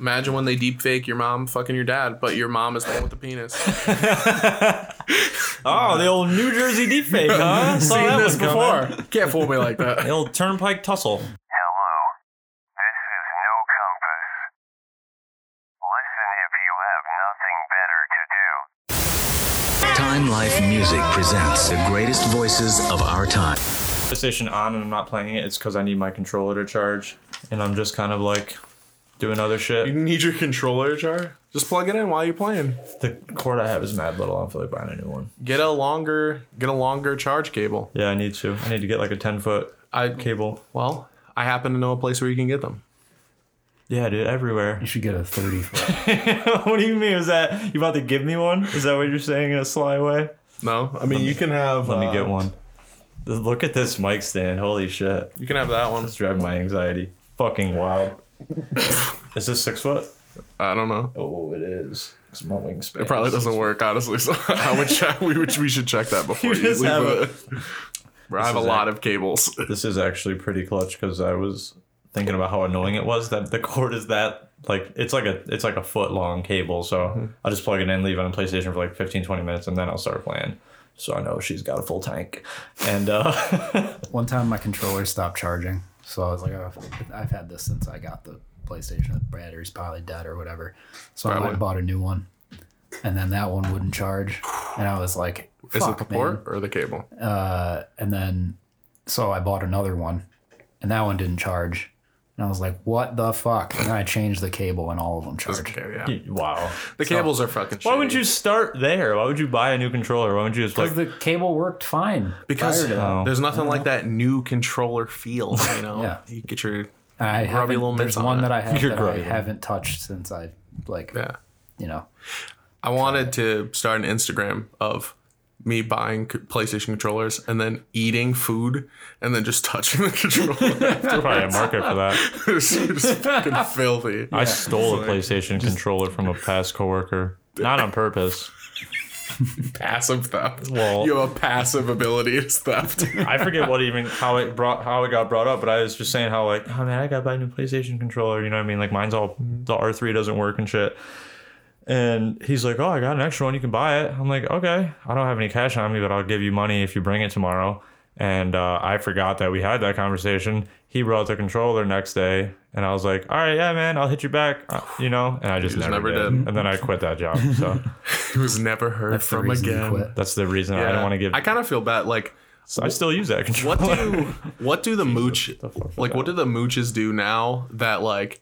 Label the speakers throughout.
Speaker 1: Imagine when they deep fake your mom fucking your dad, but your mom is the one with the penis.
Speaker 2: Oh, the old New Jersey deepfake, huh? Saw
Speaker 1: Seen
Speaker 2: that
Speaker 1: this
Speaker 2: one coming.
Speaker 1: before. Can't fool me like
Speaker 2: The
Speaker 1: that.
Speaker 2: old turnpike tussle.
Speaker 3: Hello, this is No Compass. Listen if you have nothing better to do.
Speaker 4: Time Life Music presents the greatest voices of our time.
Speaker 2: PlayStation on and I'm not playing it. It's because I need my controller to charge, and I'm just kind of like doing other
Speaker 1: You
Speaker 2: shit.
Speaker 1: need your controller, Jar? Just plug it in while you're playing.
Speaker 2: The cord I have is mad little. I feel like buying a new one.
Speaker 1: Get a longer get a longer charge cable.
Speaker 2: Yeah, I need to. I need to get like a 10 foot
Speaker 1: I
Speaker 2: cable.
Speaker 1: well, I happen to know a place where you can get them.
Speaker 2: Yeah, dude, everywhere.
Speaker 5: You should get a 30 foot.
Speaker 2: what do you mean? Is that you about to give me one? Is that what you're saying in a sly way?
Speaker 1: No, I mean you can have.
Speaker 2: Let
Speaker 1: uh,
Speaker 2: me get one. Look at this mic stand. Holy shit.
Speaker 1: You can have that one.
Speaker 2: It's driving my anxiety. Fucking wild. is this six foot?
Speaker 1: I don't know.
Speaker 2: Oh, it is. It's my wingspan.
Speaker 1: It probably doesn't work, honestly. So I would check. We would, we should check that before
Speaker 2: You
Speaker 1: you,
Speaker 2: just
Speaker 1: leave
Speaker 2: have
Speaker 1: it. Bro, I have a
Speaker 2: is
Speaker 1: lot of cables.
Speaker 2: This is actually pretty clutch because I was thinking about how annoying it was that the cord is that like it's like a it's like a foot long cable.
Speaker 1: Mm-hmm.
Speaker 2: So I'll just plug it in, leave it on PlayStation for like 15, 20 minutes, and then I'll start playing. So I know she's got a full tank. And uh
Speaker 5: One time my controller stopped charging. So I was like, oh, I've had this since I got the PlayStation. The battery's probably dead or whatever. So I went
Speaker 1: Probably.
Speaker 5: and bought a new one. And then that one wouldn't charge. And I was like,
Speaker 1: Is it
Speaker 5: fuck,
Speaker 1: the
Speaker 5: man.
Speaker 1: port or the cable?
Speaker 5: And then, so I bought another one. And that one didn't charge. And I was like, what the fuck? And I changed the cable and all of them charged.
Speaker 1: Okay, yeah.
Speaker 2: wow.
Speaker 1: The cables are fucking.
Speaker 2: Why would you start there? Why would you buy a new controller? Why would not you just like
Speaker 5: Because the cable worked fine.
Speaker 1: Because uh,
Speaker 5: prior to that.
Speaker 2: Oh.
Speaker 1: there's nothing like that new controller feel. You know,
Speaker 5: Yeah.
Speaker 1: you get your
Speaker 2: Uh,
Speaker 1: Grubby
Speaker 5: I haven't-
Speaker 1: little
Speaker 5: there's
Speaker 1: mitts on
Speaker 5: one
Speaker 1: it.
Speaker 5: that I have
Speaker 2: You're
Speaker 5: that I
Speaker 2: grubby.
Speaker 5: haven't touched since I like
Speaker 1: yeah.
Speaker 5: you know
Speaker 1: I wanted to start an Instagram of me buying c- PlayStation controllers and then eating food and then just touching the controller.
Speaker 2: probably a market for that?
Speaker 1: it's just fucking filthy.
Speaker 2: I stole a PlayStation controller from a past coworker, not on purpose.
Speaker 1: Passive theft.
Speaker 2: Well-
Speaker 1: you have a passive ability is theft.
Speaker 2: I forget what even how it brought how it got brought up, but I was just saying how like, oh man, I got to buy a new PlayStation controller. You know what I mean? Like mine's all the R three doesn't work and shit. And he's like, oh, I got an extra one. You can buy it. I'm like, okay, I don't have any cash on me, but I'll give you money if you bring it tomorrow. And uh, I forgot that we had that conversation. He brought the controller next day, and I was like, all right, yeah, man, I'll hit you back. Uh, you know, and I just,
Speaker 1: just
Speaker 2: never,
Speaker 1: never
Speaker 2: did.
Speaker 1: did.
Speaker 2: And then I quit that job. So
Speaker 1: He was never heard
Speaker 5: that's the
Speaker 1: from
Speaker 5: reason you
Speaker 1: again.
Speaker 5: quit.
Speaker 2: that's the reason I don't want to give.
Speaker 1: I kind of feel bad. Like,
Speaker 2: I still use that controller.
Speaker 1: what do what do the mooch
Speaker 2: the fuck was
Speaker 1: like? What
Speaker 2: that?
Speaker 1: do the mooches do now that like?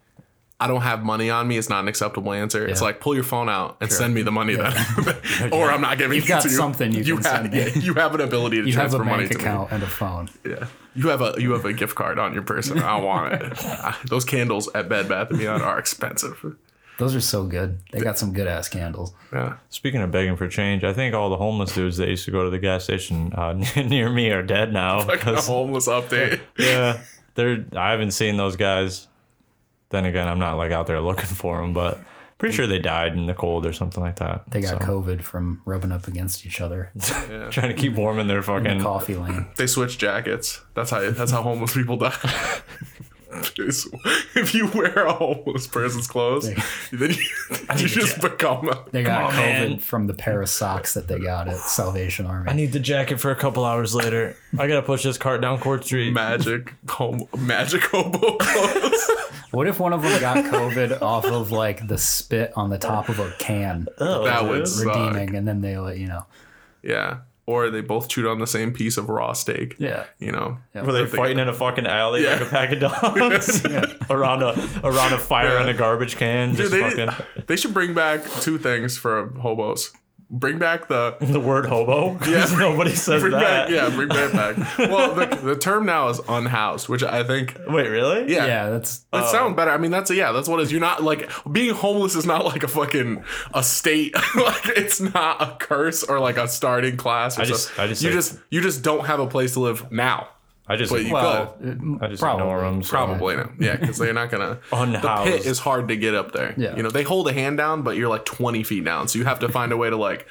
Speaker 1: I don't have money on me. It's not an acceptable answer. It's
Speaker 5: Yeah.
Speaker 1: like pull your phone out and send me the money then, or I'm not giving
Speaker 5: You've
Speaker 1: it
Speaker 5: got
Speaker 1: to you.
Speaker 5: something you
Speaker 1: have,
Speaker 5: can send me.
Speaker 1: yeah, you have an ability to
Speaker 5: You have
Speaker 1: transfer
Speaker 5: a
Speaker 1: money
Speaker 5: bank
Speaker 1: to me.
Speaker 5: account and a phone.
Speaker 1: Yeah. You have a you have a gift card on your person. I don't want it. Those candles at Bed Bath and Beyond are expensive.
Speaker 5: Those are so good. They got some good ass candles.
Speaker 1: Yeah.
Speaker 2: Speaking of begging for change, I think all the homeless dudes that used to go to the gas station uh, near me are dead now.
Speaker 1: Like a
Speaker 2: 'cause,
Speaker 1: homeless update.
Speaker 2: yeah, they're. I haven't seen those guys. Then again, I'm not like out there looking for them, but pretty sure they died in the cold or something like that.
Speaker 5: They got
Speaker 2: So,
Speaker 5: COVID from rubbing up against each other.
Speaker 2: trying to keep warm in their fucking.
Speaker 5: Coffee lane.
Speaker 1: They switch jackets. That's how that's how homeless people die. It's- if you wear a homeless person's clothes, then you, you just become a,
Speaker 5: They got
Speaker 2: on,
Speaker 5: COVID
Speaker 2: man.
Speaker 5: from the pair of socks that they got at Salvation
Speaker 2: I
Speaker 5: Army.
Speaker 2: need the jacket for a couple hours later. I gotta push this cart down Court Street.
Speaker 1: magic home magic hobo clothes.
Speaker 5: What if one of them got COVID off of like the spit on the top of a can?
Speaker 1: that would suck.
Speaker 5: Redeeming, and then they let you know.
Speaker 1: Yeah. Or they both chewed on the same piece of raw steak.
Speaker 5: Yeah.
Speaker 1: You know.
Speaker 2: Were they
Speaker 1: Something.
Speaker 2: fighting in a fucking alley like
Speaker 1: Yeah.
Speaker 2: a pack of dogs around a around a fire in a garbage can?
Speaker 1: Dude,
Speaker 2: Just
Speaker 1: they,
Speaker 2: fucking
Speaker 1: they should bring back two things for hobos. Bring back the
Speaker 2: the word hobo.
Speaker 1: Yeah.
Speaker 2: nobody says
Speaker 1: bring back,
Speaker 2: that.
Speaker 1: yeah, bring that back. well, the, the term now is unhoused, which I think
Speaker 2: Wait, really?
Speaker 1: yeah.
Speaker 5: Yeah, that's
Speaker 1: That
Speaker 2: Oh.
Speaker 1: sounds better. I mean, that's yeah, that's what it is. You're not like being homeless is not like a fucking a state. like it's not a curse or like a starting class. Or
Speaker 2: I just-
Speaker 1: something.
Speaker 2: I just
Speaker 1: you
Speaker 2: say-
Speaker 1: just you just don't have a place to live now.
Speaker 2: I just
Speaker 1: But you
Speaker 5: well,
Speaker 1: could
Speaker 2: I just
Speaker 5: Oh, probably.
Speaker 2: ignore them. So.
Speaker 1: probably no. yeah, because they're not gonna. The pit
Speaker 2: Unhoused.
Speaker 1: is hard to get up there.
Speaker 5: Yeah.
Speaker 1: you know they hold a hand down, but you're like 20 feet down, so you have to find a way to like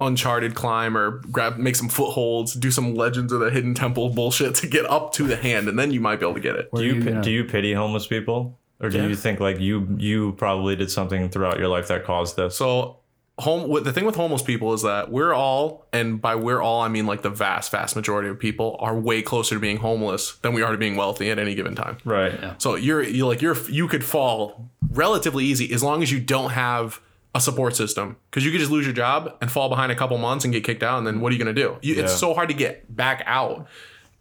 Speaker 1: uncharted climb or grab, make some footholds, do some Legends of the Hidden Temple bullshit to get up to the hand, and then you might be able to get it.
Speaker 5: where
Speaker 2: Do you,
Speaker 5: you
Speaker 2: pi-
Speaker 5: gonna-
Speaker 2: do you pity homeless people? or do
Speaker 1: Yeah.
Speaker 2: you think like you you probably did something throughout your life that caused this?
Speaker 1: So home with the thing with homeless people is that we're all and by we're all I mean like the vast vast majority of people are way closer to being homeless than we are to being wealthy at any given time.
Speaker 2: Right.
Speaker 1: So you're you like you're you could fall relatively easy as long as you don't have a support system because you could just lose your job and fall behind a couple months and get kicked out and then what are you going to do? You, It's
Speaker 2: Yeah.
Speaker 1: so hard to get back out.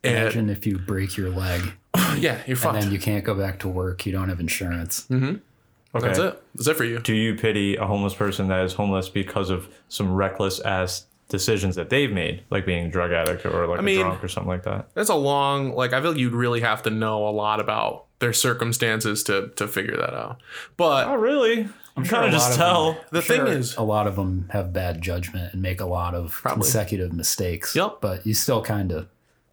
Speaker 1: And
Speaker 5: Imagine if you break your leg
Speaker 1: yeah, you're
Speaker 5: and
Speaker 1: fucked.
Speaker 5: then you can't go back to work. You don't have insurance.
Speaker 2: Okay.
Speaker 1: That's it. That's it for you.
Speaker 2: Do you pity a homeless person that is homeless because of some reckless ass decisions that they've made, like being a drug addict or like a
Speaker 1: mean-
Speaker 2: drunk or something like that?
Speaker 1: That's a long like I feel like you'd really have to know a lot about their circumstances to to figure that out. But
Speaker 2: Not really. I'm
Speaker 5: sure
Speaker 2: trying
Speaker 5: a
Speaker 2: to
Speaker 5: lot
Speaker 2: just
Speaker 5: of them
Speaker 2: tell.
Speaker 1: the
Speaker 5: Sure,
Speaker 1: thing is
Speaker 5: a lot of them have bad judgment and make a lot of consecutive mistakes.
Speaker 1: Yep.
Speaker 5: But you still kind of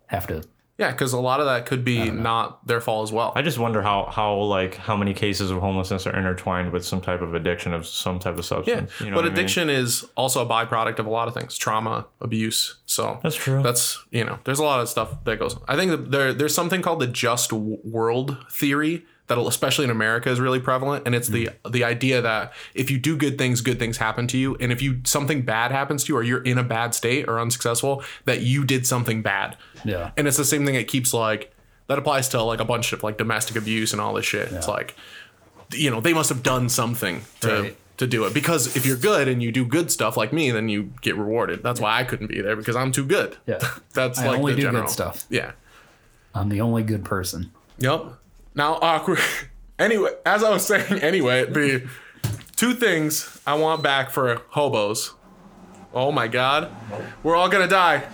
Speaker 5: have to.
Speaker 1: Yeah, because a lot of that could be not their fault as well.
Speaker 2: I just wonder how how like how many cases of homelessness are intertwined with some type of addiction of some type of
Speaker 1: yeah,
Speaker 2: substance. you know
Speaker 1: but
Speaker 2: what I mean?
Speaker 1: addiction is also a byproduct of a lot of things: trauma, abuse. So
Speaker 2: That's true.
Speaker 1: That's you know, there's a lot of stuff that goes. I think that there there's something called the just w- world theory that, especially in America, is really prevalent, and it's the
Speaker 2: Mm.
Speaker 1: the idea that if you do good things, good things happen to you, and if you something bad happens to you, or you're in a bad state or unsuccessful, that you did something bad.
Speaker 5: Yeah.
Speaker 1: and it's the same thing that keeps like that applies to like a bunch of like domestic abuse and all this shit. It's like you know they must have done something to
Speaker 5: Right.
Speaker 1: to do it because if you're good and you do good stuff like me, then you get rewarded. That's why I couldn't be there because I'm too good.
Speaker 5: Yeah.
Speaker 1: that's
Speaker 5: I
Speaker 1: like
Speaker 5: only
Speaker 1: the
Speaker 5: do good
Speaker 1: general
Speaker 5: stuff.
Speaker 1: Yeah.
Speaker 5: I'm the only good person.
Speaker 1: Yep. Now awkward. anyway, as I was saying, anyway, the two things I want back for hobos. Oh my god, we're all gonna die.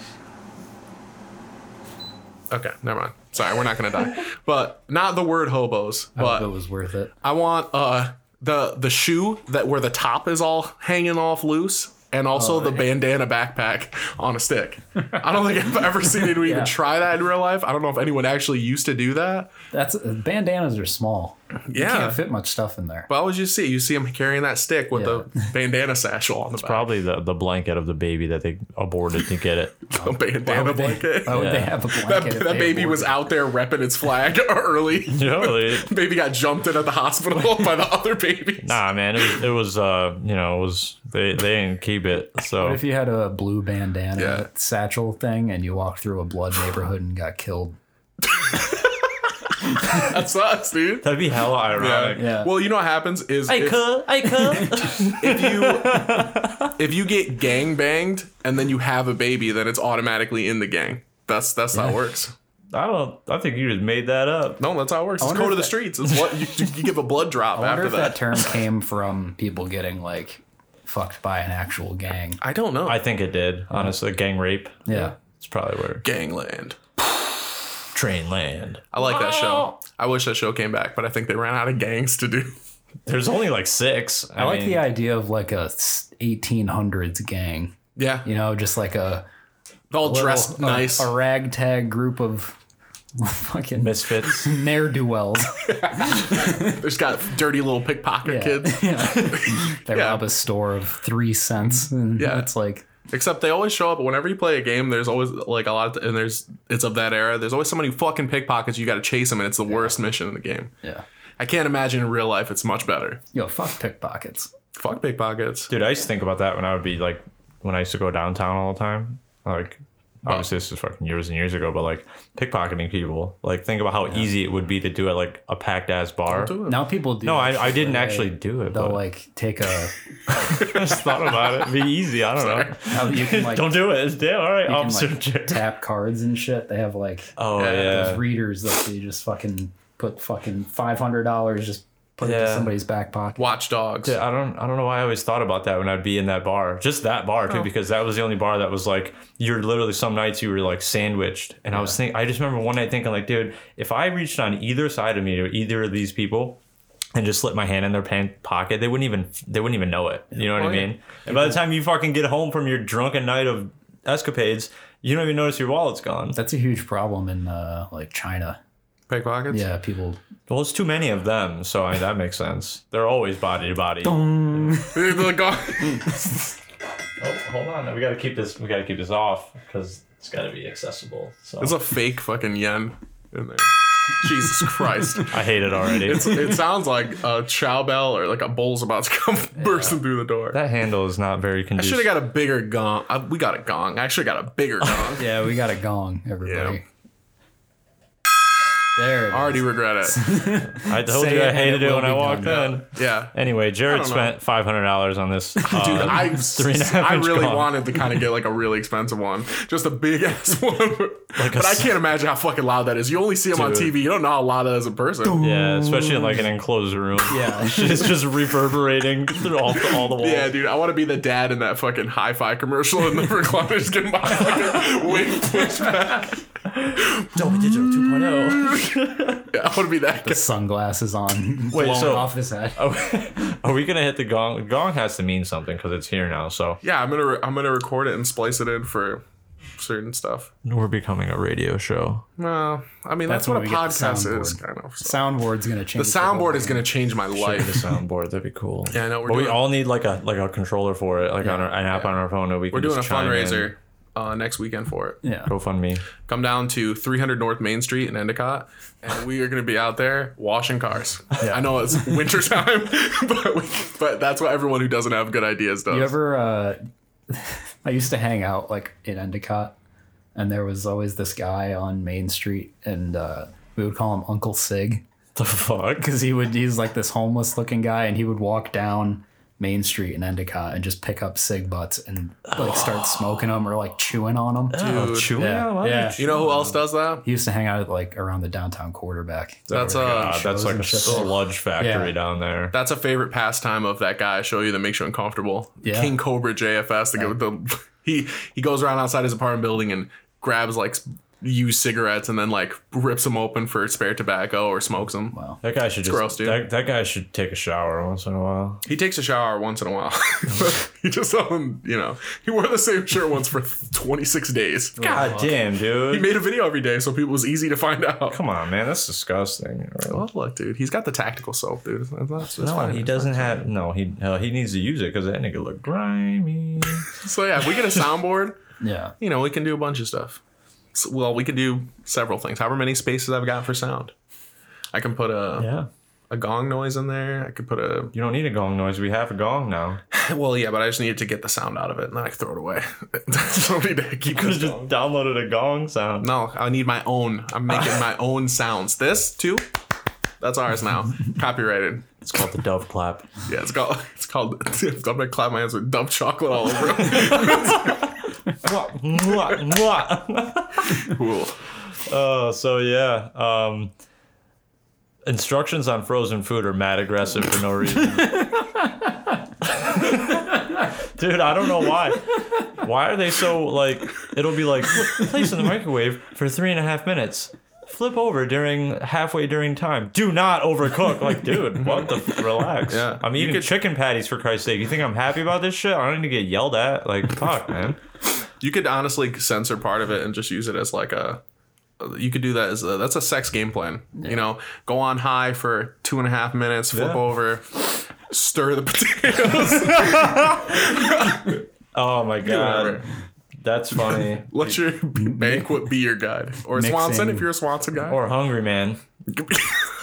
Speaker 1: Okay, never mind. Sorry, we're not gonna die. But not the word hobos,
Speaker 5: If it
Speaker 1: but
Speaker 5: was worth it.
Speaker 1: I want uh the the shoe that where the top is all hanging off loose. And also
Speaker 5: Oh,
Speaker 1: the bandana backpack on a stick. I don't think I've ever seen anyone
Speaker 5: Yeah.
Speaker 1: even try that in real life. I don't know if anyone actually used to do that.
Speaker 5: That's bandanas are small.
Speaker 1: Yeah.
Speaker 5: Can't fit much stuff in there.
Speaker 1: But would you see? You see him carrying that stick with
Speaker 5: Yeah.
Speaker 1: the bandana satchel on the back.
Speaker 2: Probably the, the blanket of the baby that they aborted to get it.
Speaker 1: A bandana blanket.
Speaker 5: Why would Oh, they
Speaker 2: Yeah.
Speaker 5: have a
Speaker 1: that
Speaker 5: blanket? if
Speaker 1: that
Speaker 5: they
Speaker 1: baby
Speaker 5: afford
Speaker 1: was
Speaker 5: it?
Speaker 1: out there repping its flag early.
Speaker 2: you know, they-
Speaker 1: baby got jumped in at the hospital by the other babies.
Speaker 2: nah, man, it was, it was uh, you know, it was they they didn't keep it. So
Speaker 5: What if you had a blue bandana
Speaker 1: Yeah.
Speaker 5: satchel thing and you walked through a blood neighborhood and got killed?
Speaker 1: That's us, dude.
Speaker 2: that'd be hella ironic.
Speaker 5: Yeah.
Speaker 1: Well, you know what happens is if,
Speaker 2: I could.
Speaker 1: if you if you get gang banged and then you have a baby, then it's automatically in the gang. That's that's how it works.
Speaker 2: I don't. I think you just made that up.
Speaker 1: No, that's how it works. It's
Speaker 5: wonder
Speaker 1: code
Speaker 5: if
Speaker 1: of the
Speaker 5: that-
Speaker 1: streets. It's what you, you give a blood drop
Speaker 5: I wonder
Speaker 1: after
Speaker 5: if that. term came from people getting like fucked by an actual gang.
Speaker 1: I don't know.
Speaker 2: I think it did. Honestly, gang rape.
Speaker 5: Yeah.
Speaker 2: it's probably where
Speaker 1: Gangland.
Speaker 2: train land.
Speaker 1: I like that show. I wish that show came back, but I think they ran out of gangs to do.
Speaker 2: There's only like six.
Speaker 5: I, like the idea of like a s- 1800s gang,
Speaker 1: Yeah,
Speaker 5: you know, just like a
Speaker 1: all
Speaker 5: little-
Speaker 1: dressed
Speaker 5: a-
Speaker 1: nice.
Speaker 5: a ragtag group of fucking
Speaker 2: misfits.
Speaker 5: ne'er do wells.
Speaker 1: There's got dirty little pickpocket
Speaker 5: Yeah.
Speaker 1: kids.
Speaker 5: They
Speaker 1: Yeah.
Speaker 5: rob a store of three cents, and
Speaker 1: Yeah.
Speaker 5: it's like
Speaker 1: Except they always show up whenever you play a game. There's always like a lot, of, and there's it's of that era. There's always somebody who fucking pickpockets. You got to chase them, and it's the worst mission in the game.
Speaker 5: yeah,
Speaker 1: I can't imagine in real life it's much better.
Speaker 5: yo, fuck pickpockets.
Speaker 1: Fuck pickpockets.
Speaker 2: Dude, I used to think about that when I would be like, when I used to go downtown all the time. Like, obviously, this was fucking years and years ago, but like pickpocketing people. Like, think about how easy it would be to do at like a packed ass bar.
Speaker 1: do it.
Speaker 5: Now people do.
Speaker 2: No,
Speaker 5: that
Speaker 2: I, I
Speaker 5: shit
Speaker 2: didn't
Speaker 5: where
Speaker 2: actually
Speaker 5: they-
Speaker 2: do it,
Speaker 5: They'll
Speaker 2: but
Speaker 5: like take a.
Speaker 2: I just thought about it. It'd be easy. I don't know.
Speaker 5: Now oh, you can like,
Speaker 2: Don't do it. It's dead. All right,
Speaker 5: you can,
Speaker 2: officer.
Speaker 5: like,
Speaker 2: Jared.
Speaker 5: tap cards and shit. They have like
Speaker 2: oh
Speaker 1: Yeah,
Speaker 2: yeah.
Speaker 5: those readers that they just fucking put fucking five hundred dollars just put it to
Speaker 2: Yeah.
Speaker 5: somebody's back pocket.
Speaker 1: Watch Dogs.
Speaker 2: Yeah, I don't I don't know why I always thought about that when I'd be in that bar. Just that bar
Speaker 1: Oh.
Speaker 2: too, because that was the only bar that was like you're literally some nights you were like sandwiched. And I was thinking I just remember one night thinking like, dude, if I reached on either side of me or either of these people and just slipped my hand in their pant pocket, they wouldn't even they wouldn't even know it. You know what
Speaker 1: Oh,
Speaker 2: I
Speaker 1: yeah.
Speaker 2: mean? And by the time you fucking get home from your drunken night of escapades, you don't even notice your wallet's gone.
Speaker 5: That's a huge problem in uh, like China.
Speaker 1: Pickpockets.
Speaker 5: Yeah, people.
Speaker 2: Well, it's too many of them, so I mean, that makes sense. They're always body to body.
Speaker 1: They're gone.
Speaker 2: Oh, hold on. We gotta keep this. We gotta keep this off because it's gotta be accessible. So
Speaker 1: There's a fake fucking yen in there. Jesus Christ.
Speaker 2: I hate it already.
Speaker 1: It's, it sounds like a chow bell or like a bull's about to come bursting through the door.
Speaker 2: that handle is not very
Speaker 1: I should have
Speaker 2: conducive.
Speaker 1: got a bigger gong. I, we got a gong. I should have got a bigger gong.
Speaker 5: Yeah, we got a gong, everybody.
Speaker 1: Yeah.
Speaker 5: There. It
Speaker 1: I already
Speaker 5: is.
Speaker 1: regret it.
Speaker 2: I told
Speaker 5: Say
Speaker 2: you
Speaker 5: it
Speaker 2: I
Speaker 5: and
Speaker 2: hated
Speaker 5: it
Speaker 2: it
Speaker 5: will
Speaker 2: when I
Speaker 5: be
Speaker 2: walked
Speaker 5: done.
Speaker 2: in.
Speaker 1: Yeah. Um,
Speaker 2: Anyway, Jared
Speaker 1: don't know.
Speaker 2: spent five hundred dollars on this. uh,
Speaker 1: Dude, I,
Speaker 2: three and a half
Speaker 1: I
Speaker 2: inch
Speaker 1: really
Speaker 2: gong.
Speaker 1: wanted to kind of get like a really expensive one, just a big ass one. but I
Speaker 2: s-
Speaker 1: can't imagine how fucking loud that is. You only see them on
Speaker 2: Dude.
Speaker 1: TV. You don't know how loud that is in person.
Speaker 2: Yeah, especially in like an enclosed room.
Speaker 5: Yeah.
Speaker 2: it's just, just reverberating through all, all the walls.
Speaker 1: Yeah, dude, I want to be the dad in that fucking hi-fi commercial and the recliners getting by like a wing push back.
Speaker 2: Dolby Digital 2.0.
Speaker 1: Yeah, I want to be that guy.
Speaker 5: The sunglasses on.
Speaker 2: Wait,
Speaker 5: blown
Speaker 2: so-
Speaker 5: off his head.
Speaker 1: Oh.
Speaker 2: Are, are we gonna hit the gong? The gong has to mean something because it's here now. So
Speaker 1: Yeah, I'm gonna re- I'm gonna record it and splice it in for certain stuff.
Speaker 2: we're becoming a radio show.
Speaker 1: Well, I mean that's,
Speaker 5: That's
Speaker 1: what
Speaker 5: when
Speaker 1: a
Speaker 5: we get the
Speaker 1: podcast is,
Speaker 5: soundboard.
Speaker 1: kind of. So.
Speaker 5: Soundboard's gonna
Speaker 1: The
Speaker 5: change.
Speaker 1: soundboard is gonna change my
Speaker 2: Like the
Speaker 1: life.
Speaker 2: soundboard, that'd be cool.
Speaker 1: Yeah, I know, we're
Speaker 2: but we
Speaker 1: doing-
Speaker 2: all need like a like a controller for it, like on our, an app on our phone that we
Speaker 1: We're
Speaker 2: can.
Speaker 1: doing a
Speaker 2: just chime in.
Speaker 1: fundraiser uh, next weekend for it.
Speaker 5: Yeah.
Speaker 2: GoFundMe.
Speaker 1: Come down to 300 North Main Street in Endicott, and we are gonna be out there washing cars. I know it's winter time, but we, but that's what everyone who doesn't have good ideas does.
Speaker 5: You ever? Uh, I used to hang out like in Endicott, and there was always this guy on Main Street, and uh, we would call him Uncle Sig
Speaker 2: The fuck?
Speaker 5: because he would he's like this homeless looking guy, and he would walk down Main Street in Endicott and just pick up Sig butts and like start smoking them or like chewing on them.
Speaker 2: Oh, chewing
Speaker 5: Yeah,
Speaker 2: on my-
Speaker 5: yeah.
Speaker 1: you know who else does that?
Speaker 5: He used to hang out at, like around the downtown quarterback.
Speaker 1: That's
Speaker 2: Oh my
Speaker 1: uh,
Speaker 2: God, that's
Speaker 5: shows
Speaker 2: like
Speaker 5: and
Speaker 2: a
Speaker 5: shit.
Speaker 2: sludge factory
Speaker 5: Yeah.
Speaker 2: down there.
Speaker 1: That's a favorite pastime of that guy I show you that makes you uncomfortable.
Speaker 5: Yeah.
Speaker 1: King Cobra JFS. The, the, he he goes around outside his apartment building and grabs like used cigarettes and then like rips them open for spare tobacco or smokes them.
Speaker 5: Wow.
Speaker 2: That guy should just
Speaker 1: gross, dude.
Speaker 2: That, that guy should take a shower once in a while.
Speaker 1: He takes a shower once in a while. he just um, you know he wore the same shirt once for 26 days.
Speaker 2: God damn,
Speaker 1: He
Speaker 2: dude.
Speaker 1: made a video every day so people it was easy to find out.
Speaker 2: Come on, man. That's disgusting.
Speaker 1: Well, look, dude, he's got the tactical soap, dude. That's, that's
Speaker 2: No,
Speaker 1: fine.
Speaker 2: he doesn't have. No, he uh, he needs to use it because that nigga look grimy.
Speaker 1: So yeah, if we get a soundboard.
Speaker 5: Yeah.
Speaker 1: you know, we can do a bunch of stuff. So, well, we can do several things. However many spaces I've got for sound, I can put a
Speaker 2: yeah,
Speaker 1: a gong noise in there. I could put a
Speaker 2: you don't need a gong noise. We have a gong now.
Speaker 1: well, yeah, but I just needed to get the sound out of it, and then I throw it away. so I need to keep
Speaker 2: Could
Speaker 1: this
Speaker 2: have just
Speaker 1: going.
Speaker 2: downloaded a gong sound.
Speaker 1: No, I need my own. I'm making my own sounds. This too. That's ours now. Copyrighted.
Speaker 2: It's called the dove clap.
Speaker 1: Yeah, it's called. It's called. I'm gonna clap my hands with dump chocolate all over. 'em.
Speaker 2: Mwah, mwah, mwah.
Speaker 1: cool.
Speaker 2: Oh, so yeah. Um, instructions on frozen food are mad aggressive for no reason. Dude, I don't know why. Why are they so like? It'll be like place in the microwave for three and a half minutes. Flip over during halfway during time. Do not overcook. Like, dude, what the? f- Relax.
Speaker 1: Yeah.
Speaker 2: I'm
Speaker 1: You
Speaker 2: eating
Speaker 1: could-
Speaker 2: chicken patties for Christ's sake. You think I'm happy about this shit? I don't need to get yelled at. Like, fuck, man.
Speaker 1: You could honestly censor part of it and just use it as like a. You could do that as a, that's a sex game plan. You know, go on high for two and a half minutes, flip
Speaker 2: Yeah.
Speaker 1: over, stir the potatoes,
Speaker 2: Oh my god,
Speaker 1: whatever.
Speaker 2: that's funny.
Speaker 1: let your banquet be your guide, or Swanson if you're a Swanson guy.
Speaker 2: Or hungry man.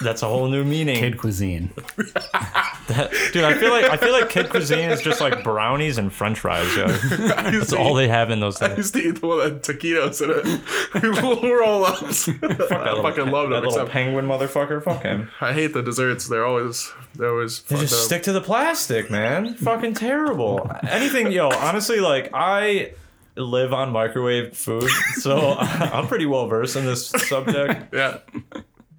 Speaker 2: That's a whole new meaning,
Speaker 5: Kid cuisine.
Speaker 2: dude. I feel like I feel like kid cuisine is just like brownies and French fries. Yo.
Speaker 1: I used
Speaker 2: That's
Speaker 1: to
Speaker 2: all
Speaker 1: eat-
Speaker 2: they have in those
Speaker 1: I
Speaker 2: things.
Speaker 1: used to eat the one that had taquitos in it. roll ups. I fucking loved
Speaker 2: that
Speaker 1: them.
Speaker 2: little
Speaker 1: Except
Speaker 2: penguin motherfucker. Fuck him.
Speaker 1: I hate the desserts. They're always they're always
Speaker 2: They
Speaker 1: fucked
Speaker 2: just
Speaker 1: up.
Speaker 2: stick to the plastic, man. Fucking terrible. Anything, yo. Honestly, like I live on microwave food, so I'm pretty well versed in this subject.
Speaker 1: Yeah,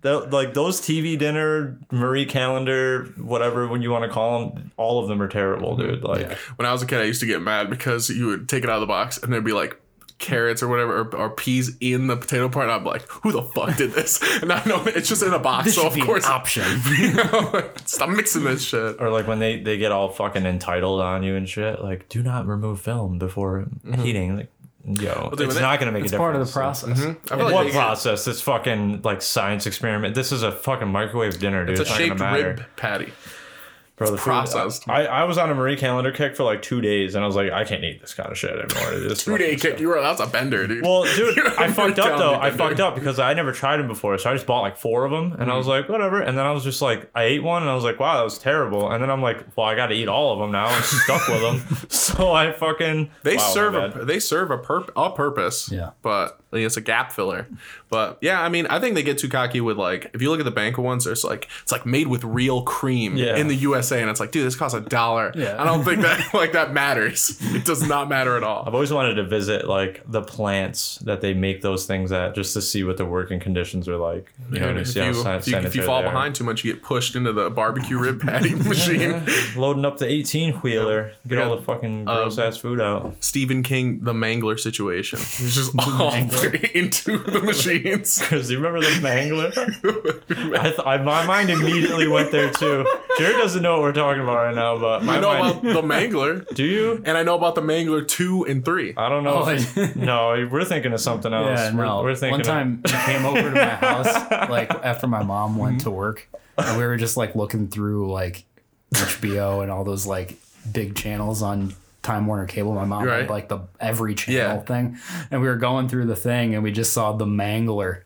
Speaker 2: Tho- like those TV dinner, Marie Calendar, whatever when you want to call them, all of them are terrible, dude. Like
Speaker 1: when I was a kid, I used to get mad because you would take it out of the box and there'd be like carrots or whatever or, or peas in the potato part. And I'm like, who the fuck did this? And I know it's just in a box, so
Speaker 5: should
Speaker 1: of
Speaker 5: be an
Speaker 1: course,
Speaker 5: option.
Speaker 1: you know, stop mixing this shit.
Speaker 2: or like when they they get all fucking entitled on you and shit. Like, do not remove film before heating. Like, yo,
Speaker 1: dude,
Speaker 2: it's
Speaker 1: when
Speaker 2: not gonna make a
Speaker 5: It's
Speaker 2: difference.
Speaker 5: part of the process.
Speaker 1: I feel
Speaker 2: Like,
Speaker 1: like
Speaker 2: what
Speaker 1: they-
Speaker 2: process? This fucking like science experiment. This is a fucking microwave dinner, dude.
Speaker 1: It's a
Speaker 2: not gonna
Speaker 1: shaped
Speaker 2: matter.
Speaker 1: rib patty.
Speaker 2: Bro, the food-
Speaker 1: processed.
Speaker 2: I, I was on a Marie Calendar kick for like two days, and I was like, I can't eat this kind of shit anymore. This
Speaker 1: Two day kick. You were that's a bender, dude.
Speaker 2: Well, dude,
Speaker 1: You're
Speaker 2: I fucked up though. I
Speaker 1: talented,
Speaker 2: fucked
Speaker 1: dude.
Speaker 2: up because I never tried them before, so I just bought like four of them, and I
Speaker 1: Mm-hmm.
Speaker 2: was like, whatever. And then I was just like, I ate one, and I was like, wow, that was terrible. And then I'm like, well, I got to eat all of them now. I'm stuck with them, so I fucking
Speaker 1: They
Speaker 2: Wow, my
Speaker 1: serve
Speaker 2: bad.
Speaker 1: a they serve a purp a purpose.
Speaker 5: Yeah.
Speaker 1: But like, it's a gap filler. But yeah, I mean, I think they get too cocky with like if you look at the banquet ones, there's like it's like made with real cream
Speaker 2: Yeah.
Speaker 1: in the USA, and it's like, dude, this costs a dollar.
Speaker 5: Yeah.
Speaker 1: I don't think that like that matters. It does not matter at all.
Speaker 2: I've always wanted to visit like the plants that they make those things at, just to see what the working conditions are like. You know,
Speaker 1: And
Speaker 2: to
Speaker 1: if,
Speaker 2: see
Speaker 1: you,
Speaker 2: how san-
Speaker 1: if, you, if you
Speaker 2: sanitary
Speaker 1: fall
Speaker 2: they are.
Speaker 1: behind too much, you get pushed into the barbecue rib patty machine.
Speaker 2: loading up the 18 wheeler, get all the fucking
Speaker 1: Um,
Speaker 2: gross ass food out.
Speaker 1: Stephen King, the Mangler situation. It's just all into the machines.
Speaker 2: Because you remember the mangler? I th- I, my mind immediately went there too. Jared doesn't know what we're talking about right now, but my
Speaker 1: I know
Speaker 2: mind.
Speaker 1: about the Mangler,
Speaker 2: do you?
Speaker 1: and I know about the Mangler two and three.
Speaker 2: I don't know.
Speaker 5: Oh, I-
Speaker 2: no, we're thinking of something else.
Speaker 5: Yeah,
Speaker 2: we're,
Speaker 5: no.
Speaker 2: we're thinking
Speaker 5: One time he came over to my house, like after my mom
Speaker 2: Mm-hmm.
Speaker 5: went to work, and we were just like looking through like HBO and all those like big channels on Time Warner Cable. My mom
Speaker 1: Right.
Speaker 5: had like the every channel
Speaker 1: Yeah.
Speaker 5: thing, and we were going through the thing, and we just saw the Mangler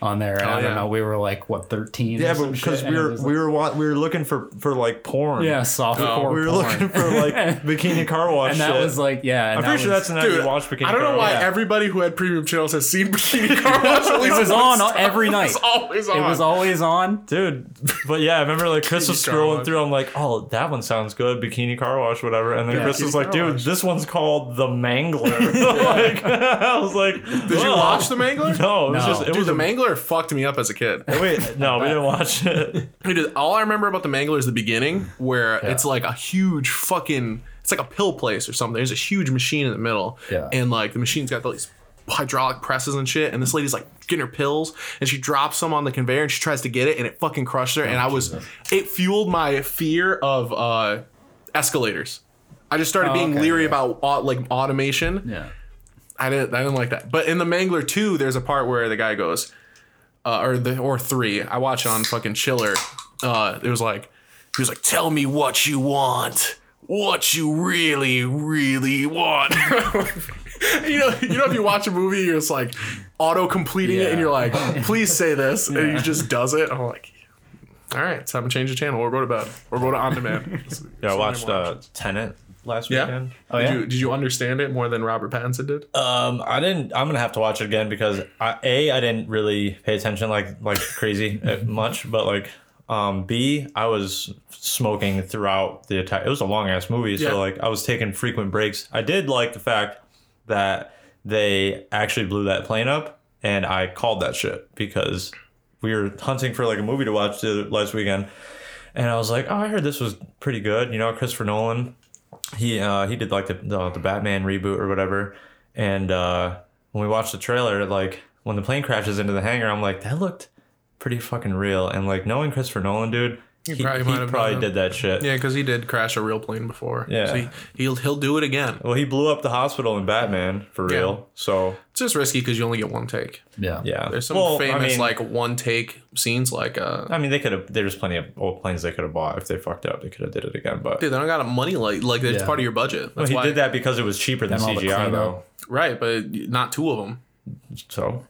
Speaker 5: on there. And I
Speaker 1: Oh,
Speaker 5: don't
Speaker 1: yeah.
Speaker 5: know, we were like what thirteen?
Speaker 2: Of, yeah,
Speaker 5: or
Speaker 2: but
Speaker 5: some
Speaker 2: because
Speaker 5: shit,
Speaker 2: we
Speaker 5: and it
Speaker 2: were
Speaker 5: was,
Speaker 2: we were wa- we were looking for for like porn.
Speaker 5: like, yeah softcore.
Speaker 1: Oh,
Speaker 2: we were
Speaker 5: porn.
Speaker 2: looking for like bikini car wash.
Speaker 5: and that
Speaker 2: shit.
Speaker 5: was like yeah. And
Speaker 2: I'm
Speaker 5: that
Speaker 2: pretty sure
Speaker 5: was-
Speaker 2: that's the night
Speaker 1: Dude,
Speaker 2: we watched bikini.
Speaker 1: I don't know
Speaker 2: Car
Speaker 1: why
Speaker 2: Wash.
Speaker 1: everybody who had premium channels has seen Bikini Car Wash. At least
Speaker 5: It
Speaker 1: once.
Speaker 5: was on all- every night.
Speaker 1: It's always on.
Speaker 5: It was always on.
Speaker 2: Dude, but yeah, I remember like Chris was
Speaker 1: Car
Speaker 2: scrolling
Speaker 1: Wash.
Speaker 2: through. I'm like, oh, that one sounds good, bikini car wash, whatever. And then
Speaker 5: Yeah,
Speaker 2: Chris was
Speaker 1: Bikini
Speaker 2: like,
Speaker 1: Car
Speaker 2: dude,
Speaker 1: Wash.
Speaker 2: this one's called the Mangler. like, I was like,
Speaker 1: Did you watch the Mangler?
Speaker 2: No, it was
Speaker 5: No.
Speaker 2: just it
Speaker 1: Dude,
Speaker 2: was
Speaker 1: the
Speaker 2: a
Speaker 1: Mangler fucked me up as a kid.
Speaker 2: Wait, no, we didn't watch it.
Speaker 1: Dude, all I remember about the Mangler is the beginning, where it's like a huge fucking, it's like a pill place or something. There's a huge machine in the middle,
Speaker 5: Yeah.
Speaker 1: and like the machine's got all these hydraulic presses and shit. And this lady's like getting her pills, and she drops some on the conveyor, and she tries to get it, and it fucking crushed her. and I was, it fueled my fear of uh, escalators. I just started
Speaker 5: Oh,
Speaker 1: being
Speaker 5: okay,
Speaker 1: leery
Speaker 5: yeah.
Speaker 1: about au- like automation.
Speaker 5: Yeah.
Speaker 1: I didn't I didn't like that. But in the Mangler 2, there's a part where the guy goes, uh, or the or three. I watch it on fucking Chiller. Uh, it was like he was like, tell me what you want. What you really, really want. you know, you know if you watch a movie, you're just like auto completing it and
Speaker 5: Yeah.
Speaker 1: you're like, please say this, and he just does it. I'm like, all right, it's time to change the channel or go to bed. Or go to on demand.
Speaker 2: Yeah, I watched uh, Tenant last
Speaker 1: Yeah?
Speaker 2: weekend.
Speaker 5: Oh
Speaker 1: Did
Speaker 5: yeah.
Speaker 1: you did you understand it more than Robert Pattinson did?
Speaker 2: Um, I didn't. I'm gonna have to watch it again because I, a I didn't really pay attention like like crazy uh, much, but like um b I was smoking throughout the entire. It was a long ass movie,
Speaker 1: Yeah.
Speaker 2: so like I was taking frequent breaks. I did like the fact that they actually blew that plane up, and I called that shit because we were hunting for like a movie to watch the last weekend, and I was like, oh, I heard this was pretty good. You know, Christopher Nolan he uh, he did like the, the the Batman reboot or whatever. And uh, when we watched the trailer, like when the plane crashes into the hangar, I'm like, that looked pretty fucking real. And like knowing Christopher Nolan, dude, he, he
Speaker 1: probably might
Speaker 2: probably,
Speaker 1: have done it.
Speaker 2: did that shit.
Speaker 1: Yeah, because he did crash a real plane before.
Speaker 2: Yeah.
Speaker 1: so he, he'll he'll do it again.
Speaker 2: Well, he blew up the hospital in Batman for
Speaker 1: Yeah.
Speaker 2: real. So
Speaker 1: It's just risky because you only get one take.
Speaker 5: yeah.
Speaker 2: yeah,
Speaker 1: There's some
Speaker 2: Well, I
Speaker 1: famous
Speaker 2: mean-
Speaker 1: like one take scenes. Like, uh,
Speaker 2: I mean, they could have. There's plenty of old planes they could have bought if they fucked up. They could have did it again, but.
Speaker 1: dude, they don't got a money like like it's
Speaker 5: Yeah.
Speaker 1: part of your budget. That's
Speaker 2: Well, he
Speaker 1: why
Speaker 2: did that because it was cheaper than
Speaker 5: And all the
Speaker 2: CGI,
Speaker 5: cleanup.
Speaker 2: though.
Speaker 1: right, but not two of them.
Speaker 2: So,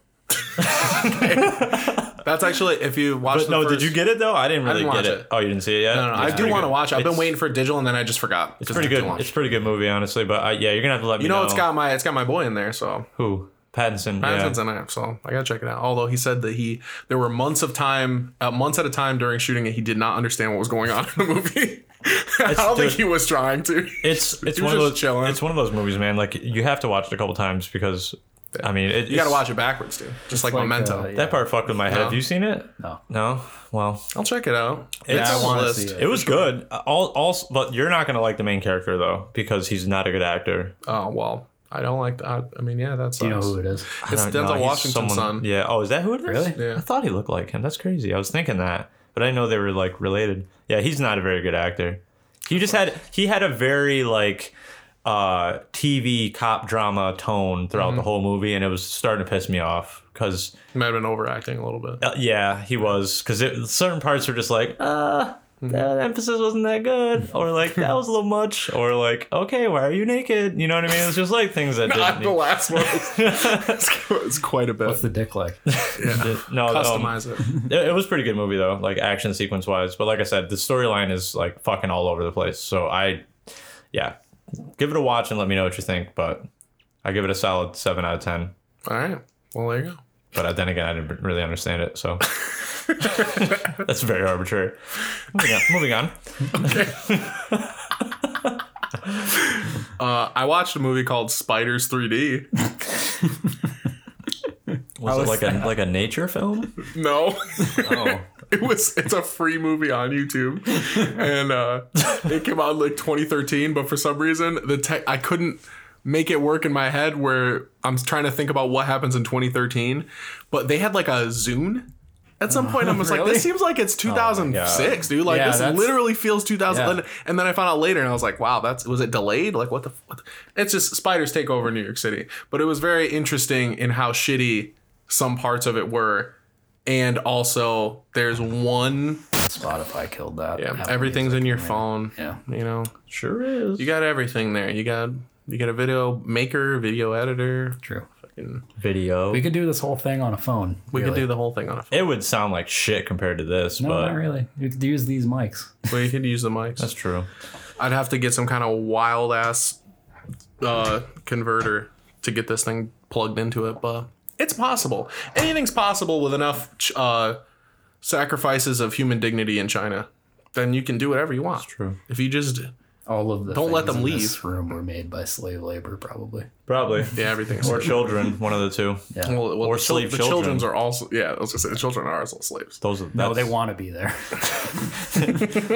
Speaker 1: That's actually if you watch.
Speaker 2: but
Speaker 1: the
Speaker 2: no,
Speaker 1: first-
Speaker 2: did you get it though? I didn't really
Speaker 1: didn't
Speaker 2: get
Speaker 1: watch
Speaker 2: it.
Speaker 1: it.
Speaker 2: Oh, you didn't see it yet?
Speaker 1: No, no, no, I
Speaker 2: It's
Speaker 1: do
Speaker 2: pretty
Speaker 1: want to
Speaker 2: good.
Speaker 1: watch. I've been
Speaker 2: It's-
Speaker 1: waiting for digital, and then I just forgot.
Speaker 2: It's pretty good. It's a pretty good movie, honestly. But I, yeah, you're gonna have to let me
Speaker 1: You know,
Speaker 2: know.
Speaker 1: it's got my it's got my boy in there, so
Speaker 2: who Pattinson.
Speaker 1: Pattinson's
Speaker 2: yeah.
Speaker 1: in it, so I gotta check it out. Although he said that he there were months of time, uh, months at a time during shooting it, he did not understand what was going on in the movie. I don't think
Speaker 2: dude.
Speaker 1: he was trying to.
Speaker 2: It's it's
Speaker 1: He was
Speaker 2: one of
Speaker 1: just
Speaker 2: those
Speaker 1: chilling.
Speaker 2: it's one of those movies, man. Like you have to watch it a couple times because I mean, it,
Speaker 1: You gotta watch it backwards, dude. Just like,
Speaker 5: like,
Speaker 1: Memento.
Speaker 5: uh,
Speaker 2: That part fucked with my head.
Speaker 1: No.
Speaker 2: Have you seen it?
Speaker 5: No.
Speaker 2: No. Well,
Speaker 1: I'll check it out.
Speaker 2: I
Speaker 1: on the
Speaker 5: wanna
Speaker 1: list.
Speaker 5: see
Speaker 2: it was good. All all, but you're not gonna like the main character though because he's not a good actor.
Speaker 1: Oh well, I don't like that. I mean, yeah, that sucks.
Speaker 5: Do you know who it is?
Speaker 2: I
Speaker 1: It's
Speaker 2: don't
Speaker 1: Denzel
Speaker 2: know. He's
Speaker 1: Washington's son.
Speaker 2: Yeah. Oh, is that who it is?
Speaker 5: Really?
Speaker 1: Yeah.
Speaker 2: I thought he looked like him. That's crazy. I was thinking that, but I know they were like related. Yeah, he's not a very good actor. He just had he had a very like uh TV cop drama tone throughout
Speaker 1: Mm-hmm.
Speaker 2: the whole movie, and it was starting to piss me off because
Speaker 1: Might have been overacting a little bit.
Speaker 2: uh, yeah, he was because certain parts were just like uh.
Speaker 1: Mm-hmm.
Speaker 2: that emphasis wasn't that good, or like that was a little much, or like okay, why are you naked? You know what I mean? It's just like things that
Speaker 1: Not
Speaker 2: didn't.
Speaker 1: the
Speaker 2: need-
Speaker 1: last one. it's, it's quite a bit.
Speaker 5: What's the dick like?
Speaker 2: no, um,
Speaker 1: Customize it.
Speaker 2: it, it was a pretty good movie though, like action sequence wise. But like I said, the storyline is like fucking all over the place. So I, yeah, give it a watch and let me know what you think. But I give it a solid seven out of ten.
Speaker 1: All right. Well, there you go.
Speaker 2: But I- then again, I didn't really understand it, so that's very arbitrary. Moving on. Moving on.
Speaker 1: Uh, I watched a movie called Spiders 3D.
Speaker 2: Was,
Speaker 5: was
Speaker 2: it like a like a nature film?
Speaker 1: No.
Speaker 2: Oh,
Speaker 1: it was it's a free movie on YouTube, and uh, it came out in like 2013. But for some reason, the tech I couldn't make it work in my head where I'm trying to think about what happens in 2013. But they had like a Zune. At some point, I was like, "This seems like it's 2006, dude. Like
Speaker 5: Oh Yeah,
Speaker 1: this
Speaker 5: that's-
Speaker 1: literally feels 2000."
Speaker 5: Yeah.
Speaker 1: And then I found out later, and I was like, "Wow, that's was it delayed? Like what the? f- What the it's just spiders take over New York City." But it was very interesting in how shitty some parts of it were, and also there's one
Speaker 5: Spotify killed that.
Speaker 1: yeah,
Speaker 5: Apple
Speaker 1: everything's in your
Speaker 5: Music,
Speaker 1: phone.
Speaker 5: Yeah.
Speaker 1: You know,
Speaker 2: sure is.
Speaker 1: you got everything there. You got you got a video maker, video editor.
Speaker 5: True.
Speaker 2: Video.
Speaker 5: We could do this whole thing on a phone.
Speaker 1: We could
Speaker 5: really.
Speaker 1: do the whole thing on a phone.
Speaker 2: it would sound like shit compared to this,
Speaker 5: No,
Speaker 2: but
Speaker 5: not really. We could use these mics.
Speaker 1: We could use the mics.
Speaker 2: that's true.
Speaker 1: I'd have to get some kind of wild ass uh, converter to get this thing plugged into it, but it's possible. Anything's possible with enough ch- uh, sacrifices of human dignity in China. Then you can do whatever you want.
Speaker 2: True.
Speaker 1: If you just
Speaker 5: All of the
Speaker 1: Don't let
Speaker 5: things
Speaker 1: them
Speaker 5: in This
Speaker 1: leave.
Speaker 5: room were made by slave labor, probably.
Speaker 2: Probably.
Speaker 1: yeah, everything's
Speaker 2: Or children, one of the two.
Speaker 5: Yeah.
Speaker 1: Well, well,
Speaker 2: Or
Speaker 1: the, chil-
Speaker 2: slave
Speaker 1: the
Speaker 2: children.
Speaker 1: children's are also yeah. I was gonna say the children are also slaves.
Speaker 2: Those are
Speaker 5: no, they
Speaker 2: that's-
Speaker 5: want to be there.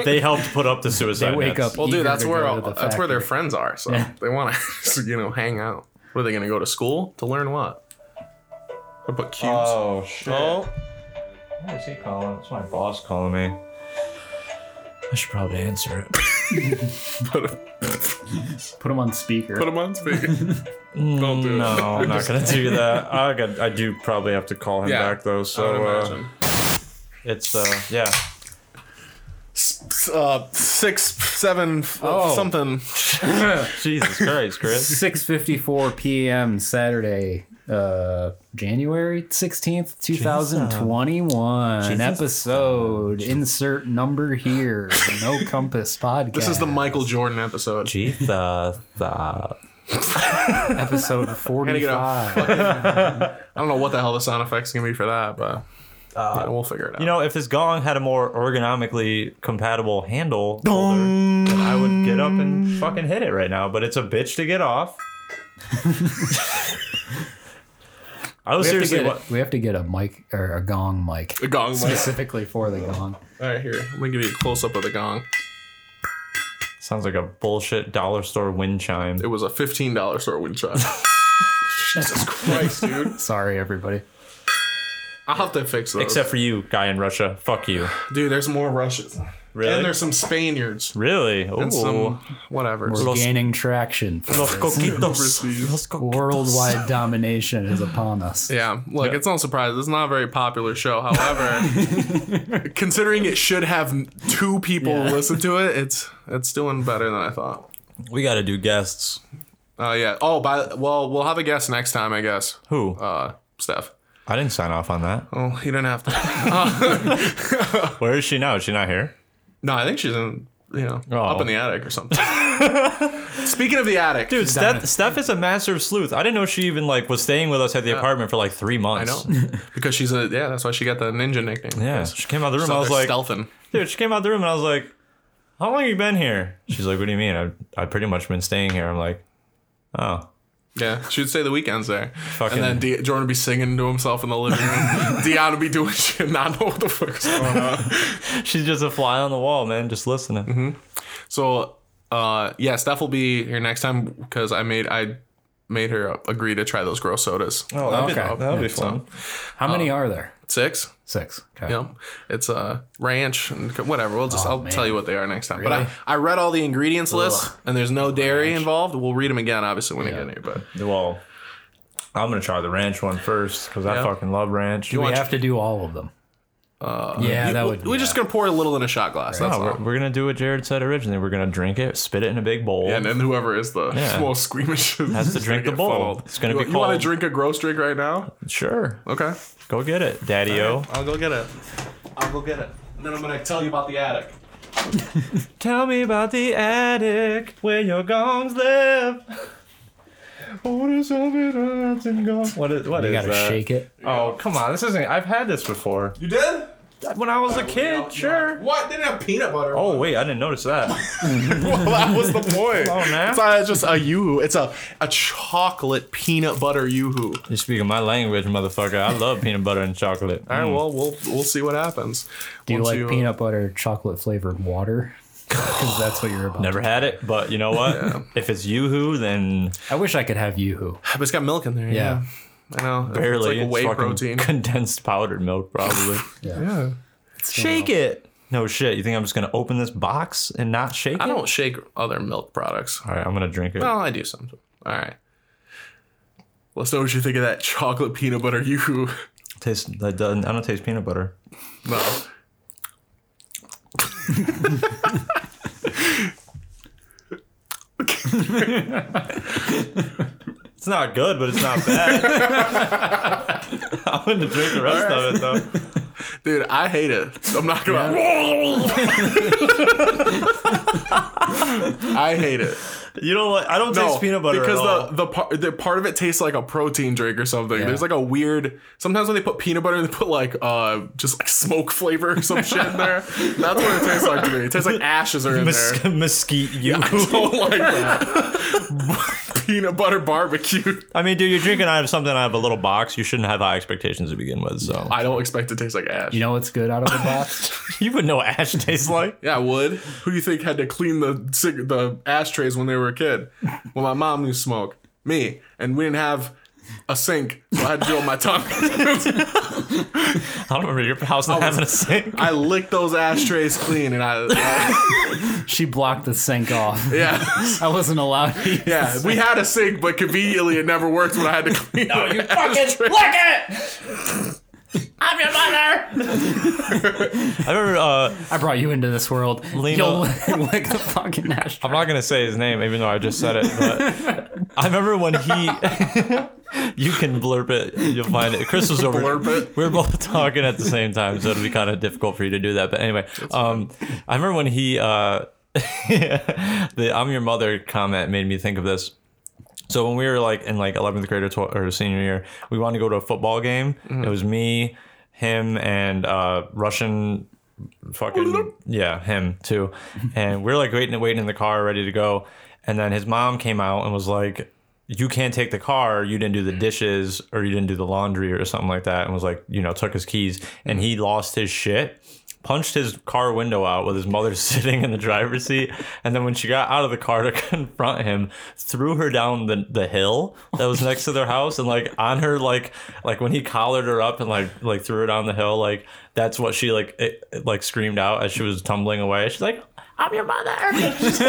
Speaker 2: they helped put up the suicide.
Speaker 5: They wake
Speaker 2: nets.
Speaker 5: up.
Speaker 1: Well,
Speaker 5: eager
Speaker 1: dude, that's
Speaker 5: to
Speaker 1: where
Speaker 5: go
Speaker 1: all,
Speaker 5: to the
Speaker 1: that's where their
Speaker 5: factory.
Speaker 1: friends are. So
Speaker 5: Yeah.
Speaker 1: they want to, you know, hang out. What are they gonna go to school to learn? What? I put cubes.
Speaker 2: Oh shit!
Speaker 5: Uh,
Speaker 1: oh,
Speaker 2: What is he calling? It's my boss calling me. I should probably answer it.
Speaker 1: put
Speaker 5: Put them on speaker.
Speaker 1: put them on speaker. Don't do
Speaker 2: No,
Speaker 1: it.
Speaker 2: I'm not gonna do that. I got. I do probably have to call him
Speaker 1: Yeah,
Speaker 2: back though.
Speaker 1: I would
Speaker 2: So uh,
Speaker 1: imagine.
Speaker 2: it's uh, yeah.
Speaker 1: S- uh, six, seven, f-
Speaker 5: Oh.
Speaker 1: something.
Speaker 2: Jesus Christ, Chris.
Speaker 5: 6:54 p.m. Saturday, uh, January 16th, 2021. Episode insert number here. The No Compass podcast.
Speaker 1: This is the Michael Jordan episode.
Speaker 2: Jesus. uh,
Speaker 5: episode
Speaker 1: get a
Speaker 5: 45.
Speaker 1: I don't know what the hell the sound effects gonna be for that, but yeah, we'll figure it out.
Speaker 2: Uh, You know, if this gong had a more ergonomically compatible handle, holder, then I would get up and fucking hit it right now. But it's a bitch to get off. I was
Speaker 5: We have, to
Speaker 2: seriously.
Speaker 5: get
Speaker 2: wa-
Speaker 5: a, we have to get a mic or a gong mic
Speaker 1: the gong. mic.
Speaker 5: specifically for the gong.
Speaker 1: All right, here. Let me give you a close up of the gong.
Speaker 2: Sounds like a bullshit dollar store wind chime.
Speaker 1: It was a fifteen dollar store wind chime. Jesus Christ, dude!
Speaker 5: Sorry, everybody.
Speaker 1: I'll have to fix those.
Speaker 2: Except for you, guy in Russia. Fuck you.
Speaker 1: Dude, there's more Russians.
Speaker 2: Really?
Speaker 1: And there's some Spaniards.
Speaker 2: Really? Ooh.
Speaker 1: And some whatever.
Speaker 5: We're
Speaker 2: Los-
Speaker 5: gaining traction.
Speaker 2: Los coquitos.
Speaker 1: Overseas.
Speaker 2: Los coquitos.
Speaker 5: Worldwide domination is upon us.
Speaker 1: Yeah, look, it's no surprise. It's not a very popular show. However, considering it should have two people
Speaker 5: Yeah.
Speaker 1: listen to it, it's it's doing better than I thought.
Speaker 2: We gotta do guests.
Speaker 1: Oh yeah. Oh, by well, we'll have a guest next time, I guess.
Speaker 2: Who?
Speaker 1: Uh, Steph.
Speaker 2: I didn't sign off on that.
Speaker 1: Oh, he didn't have to.
Speaker 2: Where is she now? Is she not here?
Speaker 1: No, I think she's in. You know,
Speaker 2: Oh.
Speaker 1: up in the attic or something. Speaking of the attic,
Speaker 2: Dude, Steph, Steph is a master sleuth. I didn't know she even like was staying with us at the apartment for like three
Speaker 1: I
Speaker 2: months.
Speaker 1: know because she's a yeah. That's why she got the ninja nickname.
Speaker 2: Yeah.
Speaker 1: She's
Speaker 2: She came out of the room. I
Speaker 1: out
Speaker 2: was
Speaker 1: there
Speaker 2: like,
Speaker 1: stealthing.
Speaker 2: dude, she came out of the room and I was like, how long you been here? She's like, what do you mean? I've, I've pretty much been staying here. I'm like, oh.
Speaker 1: Yeah, she would say the weekend's there.
Speaker 2: Fucking-
Speaker 1: And then De- Jordan would be singing to himself in the living room. Dion would be doing shit, not know what the fuck's going on.
Speaker 2: She's just a fly on the wall, man, just listening.
Speaker 1: So, uh, yeah, Steph will be here next time because I made I made her agree to try those gross sodas.
Speaker 2: Oh, that'd be,
Speaker 5: Okay.
Speaker 2: that'd be fun.
Speaker 5: How many are there?
Speaker 1: Six.
Speaker 5: Six. Okay.
Speaker 1: Yep. It's uh, ranch and c- whatever. We'll just
Speaker 5: Oh,
Speaker 1: I'll
Speaker 5: man.
Speaker 1: tell you what they are next time.
Speaker 5: Really?
Speaker 1: But I, I read all the ingredients list
Speaker 5: Ugh.
Speaker 1: and there's no dairy involved. We'll read them again obviously when we get here. But
Speaker 2: Well, I'm gonna try the ranch one first because I
Speaker 1: Yeah.
Speaker 2: fucking love ranch.
Speaker 5: We
Speaker 1: want-
Speaker 5: have to do all of them.
Speaker 1: Uh,
Speaker 5: Yeah,
Speaker 1: we-
Speaker 5: that
Speaker 1: we-
Speaker 5: would-
Speaker 1: We're just
Speaker 5: yeah.
Speaker 1: gonna pour a little in a shot glass. That's
Speaker 2: No,
Speaker 1: all.
Speaker 2: we're, we're gonna do what Jared said originally. We're gonna drink it, spit it in a big bowl.
Speaker 1: And then whoever is the
Speaker 2: Yeah.
Speaker 1: most squeamish is
Speaker 2: Has to
Speaker 1: gonna
Speaker 2: drink the
Speaker 1: get
Speaker 2: bowl.
Speaker 1: funneled.
Speaker 2: It's gonna
Speaker 1: you,
Speaker 2: be
Speaker 1: You want
Speaker 2: cold.
Speaker 1: to drink a gross drink right now?
Speaker 2: sure,
Speaker 1: Okay.
Speaker 2: go get it, Daddy-O.
Speaker 1: I'll go get it. I'll go get it. And then I'm gonna tell you about the attic.
Speaker 2: Tell me about the attic where your gongs live. What is up in rats and gongs? What is what
Speaker 5: You
Speaker 2: is
Speaker 5: gotta
Speaker 2: that?
Speaker 5: shake it.
Speaker 2: Oh come on, this isn't. I've had this before
Speaker 1: You did?
Speaker 2: when I was a kid. Sure.
Speaker 1: What? Didn't have peanut butter.
Speaker 2: Oh wait, I didn't notice that.
Speaker 1: well, that was the point.
Speaker 2: on, man.
Speaker 1: It's not just a yoo-hoo. It's a a chocolate peanut butter yoo-hoo.
Speaker 2: You're speaking my language, motherfucker. I love peanut butter and chocolate.
Speaker 1: All right. Well, we'll we'll see what happens.
Speaker 5: Do you
Speaker 1: Once uh,
Speaker 5: like peanut butter chocolate flavored water? Because that's what you're about.
Speaker 2: Never had it, but you know what? If it's yoo-hoo, then
Speaker 5: I wish I could have yoo-hoo.
Speaker 1: But it's got milk in there. Yeah.
Speaker 5: Yeah.
Speaker 1: I know.
Speaker 2: barely.
Speaker 1: It's like whey
Speaker 2: fucking
Speaker 1: protein.
Speaker 2: condensed powdered milk, probably.
Speaker 1: Yeah.
Speaker 2: shake it. No shit. You think I'm just gonna open this box and not shake
Speaker 1: I
Speaker 2: it?
Speaker 1: don't shake other milk products.
Speaker 2: All right, I'm gonna drink it.
Speaker 1: Well, I do sometimes. All right. Let's know what you think of that chocolate peanut butter yoo-hoo.
Speaker 2: Tastes that doesn't. I don't taste peanut butter.
Speaker 1: No.
Speaker 2: It's not good, but it's not bad. I'm gonna drink the rest of it though.
Speaker 1: Dude, I hate it. I'm not gonna. I hate it.
Speaker 2: You don't like. I don't
Speaker 1: No,
Speaker 2: taste peanut butter
Speaker 1: because
Speaker 2: at all.
Speaker 1: the the part the part of it tastes like a protein drink or something.
Speaker 5: Yeah.
Speaker 1: There's like a weird. Sometimes when they put peanut butter, they put like uh just like smoke flavor or some shit in there. That's what it tastes like to me. It tastes like ashes are in there.
Speaker 2: Mes- mesquite you.
Speaker 1: I don't like that. peanut butter barbecue.
Speaker 2: I mean, dude, you're drinking out of something out of a little box. You shouldn't have high expectations to begin with. So
Speaker 1: I don't expect it to taste like ash.
Speaker 5: You know what's good out of the box?
Speaker 2: you would know what ash tastes like.
Speaker 1: Yeah, I would. Who do you think had to clean the cig- the ashtrays when they were a kid? Well, my mom knew smoke. Me. And we didn't have a sink, so I had to do it with my tongue.
Speaker 2: I don't remember your house not having a sink.
Speaker 1: I licked those ashtrays clean, and I, I-
Speaker 5: she blocked the sink off.
Speaker 1: yeah,
Speaker 5: I wasn't allowed to use
Speaker 1: yeah. We had a sink, but conveniently it never worked when I had to clean. No, you fucking
Speaker 2: I remember. Uh,
Speaker 5: I brought you into this world.
Speaker 2: Lena-
Speaker 5: You'll lick the fucking ash.
Speaker 2: I'm not gonna say his name, even though I just said it. But I remember when he. you can blurp it. You'll find it. Chris was over.
Speaker 1: Blurp it.
Speaker 2: We were both talking at the same time, so it'll be kind of difficult for you to do that. But anyway, um, I remember when he. Uh, the "I'm your mother" comment made me think of this. So when we were like in like 11th grade or, tw- or senior year, we wanted to go to a football game.
Speaker 1: Mm-hmm.
Speaker 2: It was me, him, and uh, Russian fucking yeah, him too. And we are like waiting, waiting in the car, ready to go. And then his mom came out and was like, "You can't take the car. You didn't do the dishes, or you didn't do the laundry, or something like that." And was like, you know, took his keys, and he lost his shit. Punched his car window out with his mother sitting in the driver's seat, and then when she got out of the car to confront him, threw her down the, the hill that was next to their house, and like on her like like when he collared her up and like like threw her down the hill, like that's what she like it, it, like screamed out as she was tumbling away. She's like, "I'm your mother," She's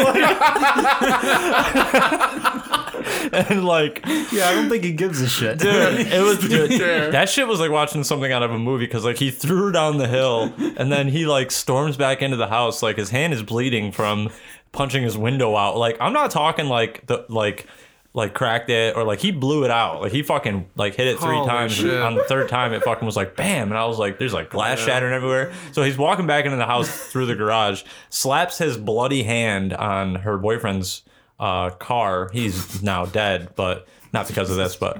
Speaker 2: like- and like,
Speaker 5: Yeah, I don't think he gives a shit.
Speaker 2: dude, it was dude,
Speaker 1: care.
Speaker 2: that shit was like watching something out of a movie because like he threw her down the hill and then he like storms back into the house like his hand is bleeding from punching his window out. Like I'm not talking like the like. Like cracked it, or like he blew it out. Like he fucking like hit it three
Speaker 1: Holy
Speaker 2: times.
Speaker 1: shit.
Speaker 2: On the third time, it fucking was like bam, and I was like, "There's like glass shattering everywhere." So he's walking back into the house through the garage, slaps his bloody hand on her boyfriend's uh, car. He's now dead, but not because of this, but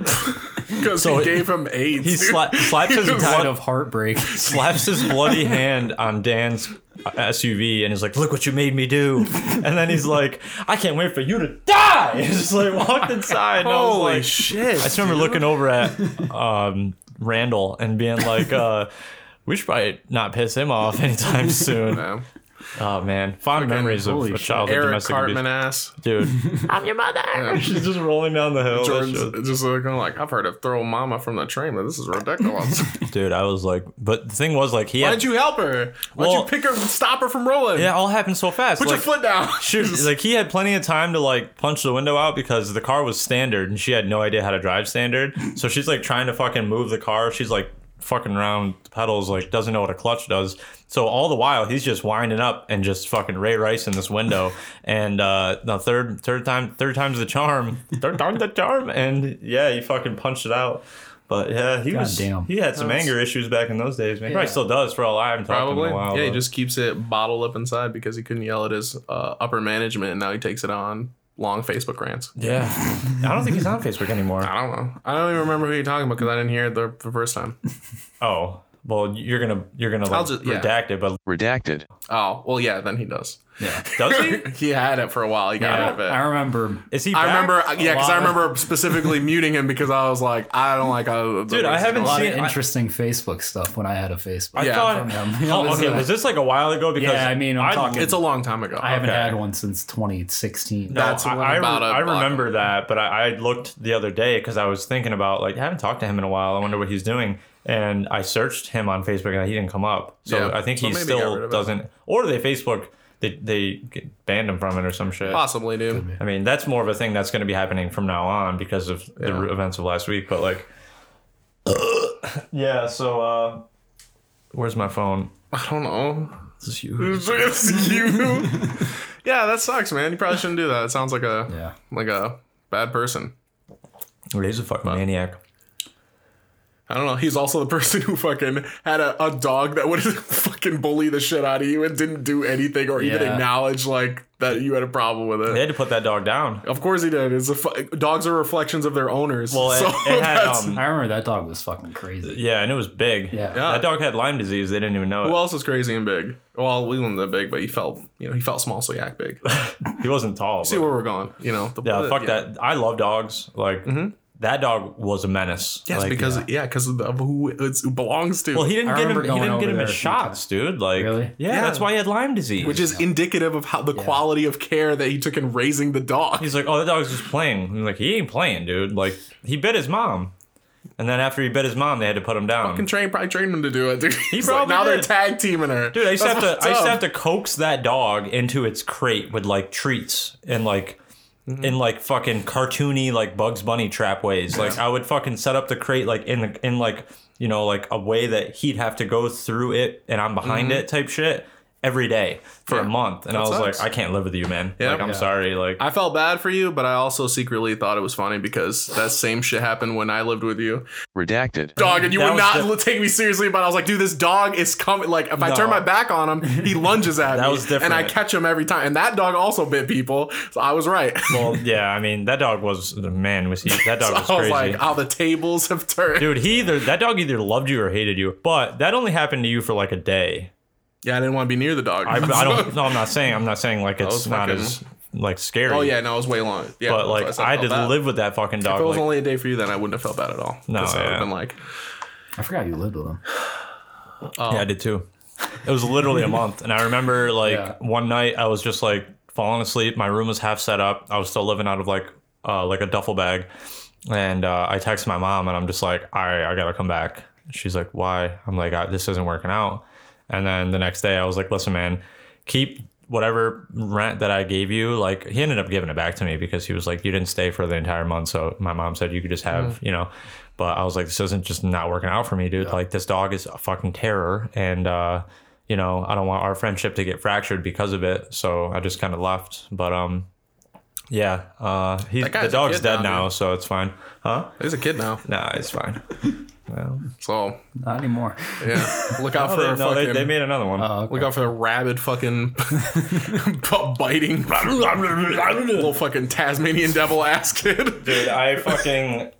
Speaker 1: because
Speaker 2: So
Speaker 1: he
Speaker 2: it-
Speaker 1: gave him AIDS.
Speaker 2: he
Speaker 1: dude.
Speaker 2: sla- slaps his
Speaker 5: Kind
Speaker 2: blood,
Speaker 5: of heartbreak.
Speaker 2: slaps his bloody hand on Dan's SUV and is like, "Look what you made me do!" And then he's like, "I can't wait for you to die!" He's just like walked inside. And I was
Speaker 1: Holy
Speaker 2: like,
Speaker 1: shit!
Speaker 2: I just remember looking over at um, Randall and being like, uh, "We should probably not piss him off anytime soon."
Speaker 1: Yeah.
Speaker 2: Oh man, fond memories of
Speaker 5: holy
Speaker 2: a
Speaker 5: shit.
Speaker 2: childhood
Speaker 1: Eric
Speaker 2: domestic
Speaker 1: Cartman
Speaker 2: abuse,
Speaker 1: ass.
Speaker 2: dude. I'm your mother. She's just rolling down the hill. That shit was-
Speaker 1: Jordan's just like, kinda like I've heard of throw mama from the train, but this is ridiculous.
Speaker 2: Dude, I was like, but the thing was like, he
Speaker 1: Why
Speaker 2: had,
Speaker 1: didn't you help her? Why didn't
Speaker 2: Well-
Speaker 1: you pick her, stop her from rolling?
Speaker 2: yeah, it all happened so fast.
Speaker 1: put
Speaker 2: like,
Speaker 1: your foot down.
Speaker 2: She like he had plenty of time to like punch the window out because the car was standard and she had no idea how to drive standard. So she's like trying to fucking move the car. She's like fucking around the pedals, like doesn't know what a clutch does. So all the while he's just winding up and just fucking Ray Rice in this window. and uh the third third time third time's the charm. Third time's the charm. And yeah, he fucking punched it out. But yeah, he was
Speaker 5: Goddamn.
Speaker 2: he had some anger issues back in those days, man. He Probably
Speaker 5: Yeah.
Speaker 2: still does for all I haven't talked to him
Speaker 1: Probably.
Speaker 2: in a while.
Speaker 1: yeah, he
Speaker 2: but-
Speaker 1: just keeps it bottled up inside because he couldn't yell at his uh, upper management, and now he takes it on long Facebook rants.
Speaker 2: Yeah. I don't think he's on Facebook anymore.
Speaker 1: I don't know. I don't even remember who you're talking about because I didn't hear it the, the first time.
Speaker 2: Oh. Well, you're gonna you're gonna
Speaker 1: I'll
Speaker 2: like
Speaker 1: just- yeah.
Speaker 2: redact it, but
Speaker 6: Redacted.
Speaker 1: Oh, well, yeah, then he does.
Speaker 5: Yeah.
Speaker 2: does he?
Speaker 1: he had it for a while. He got rid of it.
Speaker 5: I remember
Speaker 2: Is he?
Speaker 1: I
Speaker 2: back?
Speaker 1: remember, uh, yeah, because I
Speaker 5: lot of-
Speaker 1: remember specifically muting him because I was like, I don't like. Uh,
Speaker 2: Dude, I haven't
Speaker 5: a lot
Speaker 2: seen.
Speaker 5: of
Speaker 2: I,
Speaker 5: interesting Facebook stuff when I had a Facebook.
Speaker 2: I
Speaker 1: Yeah,
Speaker 2: thought.
Speaker 5: from him.
Speaker 2: Oh, okay, was this like a while ago? Because
Speaker 5: Yeah, I mean, I'm talking-
Speaker 1: It's a long time ago.
Speaker 5: I haven't
Speaker 2: okay.
Speaker 5: had one since 2016.
Speaker 2: No,
Speaker 1: That's
Speaker 2: I,
Speaker 1: what
Speaker 2: I,
Speaker 1: about
Speaker 2: re-
Speaker 1: a
Speaker 2: I
Speaker 1: block.
Speaker 2: remember that, but I, I looked the other day because I was thinking about like I haven't talked to him in a while. I wonder what he's doing, and I searched him on Facebook and he didn't come up. So
Speaker 1: Yeah,
Speaker 2: I think
Speaker 1: so
Speaker 2: he
Speaker 1: maybe he got rid
Speaker 2: still
Speaker 1: of it.
Speaker 2: doesn't, or they Facebook they they get banned him from it or some shit.
Speaker 1: Possibly, dude.
Speaker 2: I mean, that's more of a thing that's going to be happening from now on because of the
Speaker 1: Yeah.
Speaker 2: events of last week. But like, yeah. So uh, where's my phone?
Speaker 1: I don't know.
Speaker 2: This is huge.
Speaker 1: It's you. yeah, that sucks, man. You probably shouldn't do that. It sounds like a
Speaker 5: Yeah.
Speaker 1: like a bad person.
Speaker 2: He's a fucking maniac.
Speaker 1: I don't know. He's also the person who fucking had a, a dog that would fucking bully the shit out of you and didn't do anything or even
Speaker 5: Yeah.
Speaker 1: acknowledge like that you had a problem with
Speaker 2: They
Speaker 1: it.
Speaker 2: had to put that dog down.
Speaker 1: Of course he did. It's a fu- dogs are reflections of their owners.
Speaker 2: Well, it,
Speaker 1: Oh, so
Speaker 2: it had
Speaker 1: that's-
Speaker 2: um,
Speaker 5: I remember that dog was fucking crazy.
Speaker 2: yeah, and it was big.
Speaker 5: Yeah.
Speaker 1: Yeah.
Speaker 2: that dog had Lyme disease. They didn't even know it.
Speaker 1: who else is crazy and big? Well, we wasn't that big, but he felt you know he felt small, so he act big.
Speaker 2: he wasn't tall.
Speaker 1: See
Speaker 2: but-
Speaker 1: where we're going, you know? The,
Speaker 2: yeah,
Speaker 1: the-
Speaker 2: fuck that. I love dogs. Like
Speaker 5: Mm-hmm.
Speaker 2: that dog was a menace.
Speaker 1: Yes,
Speaker 2: Like,
Speaker 1: because yeah, because of who it belongs to.
Speaker 2: well, he didn't
Speaker 5: I
Speaker 2: get him.
Speaker 5: remember
Speaker 2: He
Speaker 5: going
Speaker 2: didn't get
Speaker 5: over
Speaker 2: him
Speaker 5: there
Speaker 2: his
Speaker 5: a few times.
Speaker 2: shots, dude. Like,
Speaker 5: Really?
Speaker 2: Yeah,
Speaker 1: Yeah.
Speaker 2: that's why he had Lyme disease.
Speaker 1: which is indicative of how the quality of care that he took in raising the dog.
Speaker 2: He's like, oh, that dog's just playing. I'm like, he ain't playing, dude. Like, he bit his mom. And then after he bit his mom, they had to put him down.
Speaker 1: Fucking train probably trained him to do it, dude. He's
Speaker 2: probably
Speaker 1: now they're
Speaker 2: did.
Speaker 1: tag teaming her.
Speaker 2: Dude, I used to have
Speaker 1: That's what's
Speaker 2: to I used to
Speaker 1: up.
Speaker 2: have to coax that dog into its crate with like treats and like
Speaker 1: Mm-hmm.
Speaker 2: in like fucking cartoony like Bugs Bunny trap ways. Like I would fucking set up the crate like in the in like you know like a way that he'd have to go through it and I'm behind
Speaker 1: Mm-hmm.
Speaker 2: it type shit every day for a month. And I was
Speaker 1: sucks.
Speaker 2: like, I can't live with you, man.
Speaker 1: Yeah.
Speaker 2: Like I'm
Speaker 1: Yeah.
Speaker 2: sorry. Like
Speaker 1: I felt bad for you, but I also secretly thought it was funny because that same shit happened when I lived with you.
Speaker 6: Redacted.
Speaker 1: Dog, and you
Speaker 2: That
Speaker 1: would not
Speaker 2: was the-
Speaker 1: take me seriously, but I was like, dude, this dog is coming. Like, if I turn
Speaker 2: No.
Speaker 1: my back on him, he lunges at
Speaker 2: That
Speaker 1: me.
Speaker 2: was different.
Speaker 1: And I catch him every time. And that dog also bit people, so I was right.
Speaker 2: well, yeah, I mean that dog was man was he that dog
Speaker 1: So I
Speaker 2: was
Speaker 1: was
Speaker 2: crazy.
Speaker 1: like, oh, the tables have turned.
Speaker 2: Dude, he either that dog either loved you or hated you, but that only happened to you for like a day.
Speaker 1: Yeah, I didn't want to be near the dog.
Speaker 2: I, I don't. No, I'm not saying. I'm not saying like it's
Speaker 1: was
Speaker 2: not
Speaker 1: fucking-
Speaker 2: as like scary.
Speaker 1: Oh yeah, no, it was way long. Yeah,
Speaker 2: but
Speaker 1: that's why
Speaker 2: like
Speaker 1: said
Speaker 2: I had
Speaker 1: felt
Speaker 2: to
Speaker 1: bad.
Speaker 2: live with that fucking
Speaker 1: If
Speaker 2: dog.
Speaker 1: it was
Speaker 2: like,
Speaker 1: only a day for you, then I wouldn't have felt bad at all.
Speaker 2: No,
Speaker 1: 'Cause I would
Speaker 2: yeah.
Speaker 1: have been like,
Speaker 5: I forgot you lived with him.
Speaker 2: yeah, I did too. It was literally a month, and I remember like
Speaker 5: Yeah.
Speaker 2: one night I was just like falling asleep. My room was half set up. I was still living out of like uh, like a duffel bag, and uh, I text my mom, and I'm just like, all right, I gotta come back. She's like, why? I'm like, I, this isn't working out. And then the next day, I was like, listen, man, keep whatever rent that I gave you. Like, he ended up giving it back to me because he was like, you didn't stay for the entire month. So my mom said you could just have,
Speaker 1: Mm.
Speaker 2: you know, but I was like, this isn't just not working out for me, dude. Like, this dog is a fucking terror. And, uh, you know, I don't want our friendship to get fractured because of it. So I just kind of left. But, um, yeah, uh, he's,
Speaker 1: That guy's
Speaker 2: the
Speaker 1: a
Speaker 2: dog's
Speaker 1: kid
Speaker 2: dead
Speaker 1: now,
Speaker 2: now,
Speaker 1: dude.
Speaker 2: so it's fine. Huh?
Speaker 1: he's a kid now,
Speaker 2: Nah, it's fine. well,
Speaker 1: so
Speaker 5: Not anymore.
Speaker 1: yeah. Look out
Speaker 2: no,
Speaker 1: for
Speaker 2: they,
Speaker 1: a
Speaker 2: no, they,
Speaker 1: fucking. Oh,
Speaker 2: they made another one.
Speaker 1: Look out for the rabid fucking bu- biting little fucking Tasmanian devil ass kid.
Speaker 2: Dude, I fucking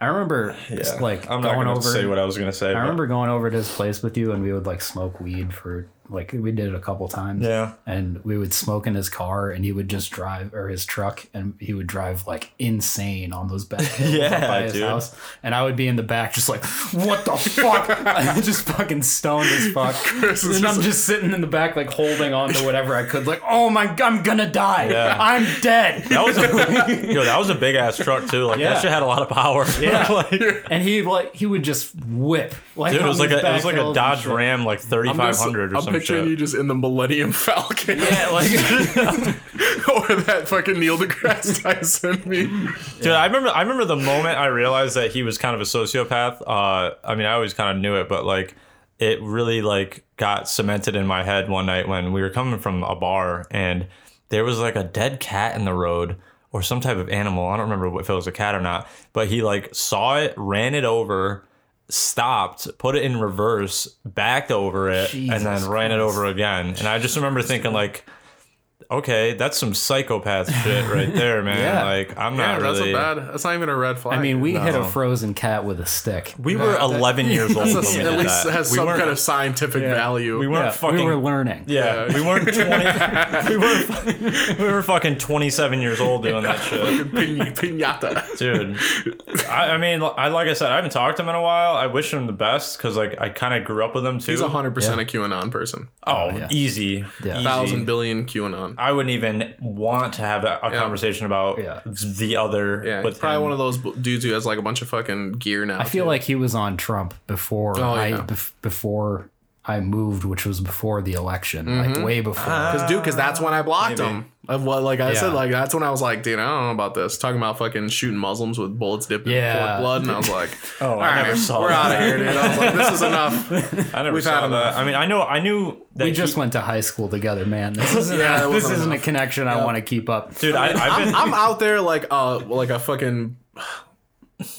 Speaker 5: I remember just like
Speaker 2: I'm not
Speaker 5: going
Speaker 2: gonna
Speaker 5: over.
Speaker 2: say what I was gonna say.
Speaker 5: I
Speaker 2: but-
Speaker 5: remember going over to his place with you, and we would like smoke weed for like we did it a couple times.
Speaker 2: Yeah.
Speaker 5: and we would smoke in his car, and he would just drive or his truck, and he would drive like insane on those back hills
Speaker 2: Yeah,
Speaker 5: up by his
Speaker 2: dude.
Speaker 5: house, and I would be in the back just like, what the fuck, I'm just fucking stoned as fuck,
Speaker 1: is
Speaker 5: and I'm just sitting in the back like holding on to whatever I could, like, oh my, g- I'm gonna die,
Speaker 2: Yeah.
Speaker 5: I'm dead.
Speaker 2: that was a, yo, that was a big ass truck too. Like
Speaker 5: Yeah.
Speaker 2: that shit had a lot of power.
Speaker 5: Yeah.
Speaker 2: like, dude,
Speaker 5: And he like he would just whip like
Speaker 2: it
Speaker 5: on
Speaker 2: was like
Speaker 5: these
Speaker 2: a it was
Speaker 5: back
Speaker 2: like a
Speaker 5: hills and
Speaker 2: Dodge
Speaker 5: shit.
Speaker 2: Ram like
Speaker 1: I'm just-
Speaker 2: 3500 or
Speaker 1: I'm
Speaker 2: some
Speaker 1: picturing
Speaker 2: shit.
Speaker 1: you just in the Millennium Falcon
Speaker 5: Yeah, like
Speaker 1: or that fucking Neil deGrasse Tyson meme.
Speaker 2: Dude, I remember. I remember the moment I realized that he was kind of a sociopath. Uh, I mean, I always kind of knew it, but like, it really like got cemented in my head one night when we were coming from a bar and there was like a dead cat in the road or some type of animal. I don't remember if it was a cat or not, but he like saw it, ran it over, stopped, put it in reverse, backed over it, and then
Speaker 5: Jesus
Speaker 2: ran it over again. And I just remember thinking like. Okay, that's some psychopath shit right there, man.
Speaker 5: Yeah.
Speaker 2: Like I'm
Speaker 1: Yeah,
Speaker 2: not
Speaker 1: that's
Speaker 2: really.
Speaker 1: a bad. That's not even a red flag.
Speaker 5: I mean, we hit a
Speaker 2: No.
Speaker 5: frozen cat with a stick.
Speaker 2: We were 11 years old.
Speaker 1: That's
Speaker 2: when
Speaker 1: a- at
Speaker 2: we did
Speaker 1: least
Speaker 2: that.
Speaker 1: it has
Speaker 2: we
Speaker 1: some
Speaker 2: weren't-
Speaker 1: kind of scientific value.
Speaker 2: We weren't
Speaker 5: Yeah,
Speaker 2: fucking.
Speaker 5: we were learning.
Speaker 2: yeah,
Speaker 1: Yeah.
Speaker 2: we weren't 20. we were fu- we were fucking 27 years old doing that shit,
Speaker 1: Pin- pinata.
Speaker 2: dude. I, I mean, I like I said, I haven't talked to him in a while. I wish him the best because like I kind of grew up with him too.
Speaker 1: He's hundred percent a QAnon person.
Speaker 2: oh,
Speaker 5: yeah.
Speaker 2: easy,
Speaker 5: Yeah.
Speaker 2: easy.
Speaker 1: Thousand billion QAnon.
Speaker 2: I wouldn't even want to have a, a conversation about
Speaker 5: Yeah.
Speaker 2: the other.
Speaker 1: Yeah,
Speaker 2: with
Speaker 1: he's probably
Speaker 2: him.
Speaker 1: one of those b- dudes who has like a bunch of fucking gear now.
Speaker 5: I feel like he was on Trump before
Speaker 1: Oh,
Speaker 5: I
Speaker 1: yeah.
Speaker 5: bef- before I moved, which was before the election,
Speaker 1: Mm-hmm.
Speaker 5: like way before.
Speaker 1: because dude, because that's when I blocked
Speaker 2: Maybe.
Speaker 1: him. Of what, like I said,
Speaker 5: Yeah.
Speaker 1: like that's when I was like, dude, I don't know about this. Talking about fucking shooting Muslims with bullets dipped in
Speaker 5: Yeah.
Speaker 1: pork blood, and I was like,
Speaker 2: Oh,
Speaker 1: all
Speaker 2: I
Speaker 1: right,
Speaker 2: never saw
Speaker 1: we're
Speaker 2: that.
Speaker 1: out of here, dude. I was like, this is enough.
Speaker 2: I never
Speaker 1: We've
Speaker 2: saw
Speaker 1: had
Speaker 2: that.
Speaker 1: enough.
Speaker 2: I mean, I know, I knew that
Speaker 5: we
Speaker 2: he-
Speaker 5: just went to high school together, man. This isn't,
Speaker 1: Yeah, that
Speaker 5: this
Speaker 1: wasn't
Speaker 5: isn't a
Speaker 1: enough.
Speaker 5: connection I want to keep up.
Speaker 2: dude. I, I've been.
Speaker 1: I'm out there like uh like a fucking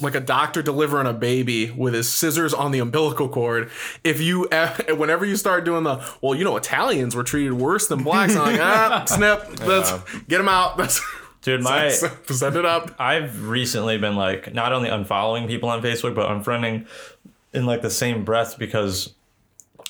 Speaker 1: like a doctor delivering a baby with his scissors on the umbilical cord. If you e, whenever you start doing the well, you know Italians were treated worse than blacks. I'm like ah snip, let's get him out. That's
Speaker 2: dude, my
Speaker 1: send it up.
Speaker 2: I've recently been like not only unfollowing people on Facebook, but unfriending in like the same breath because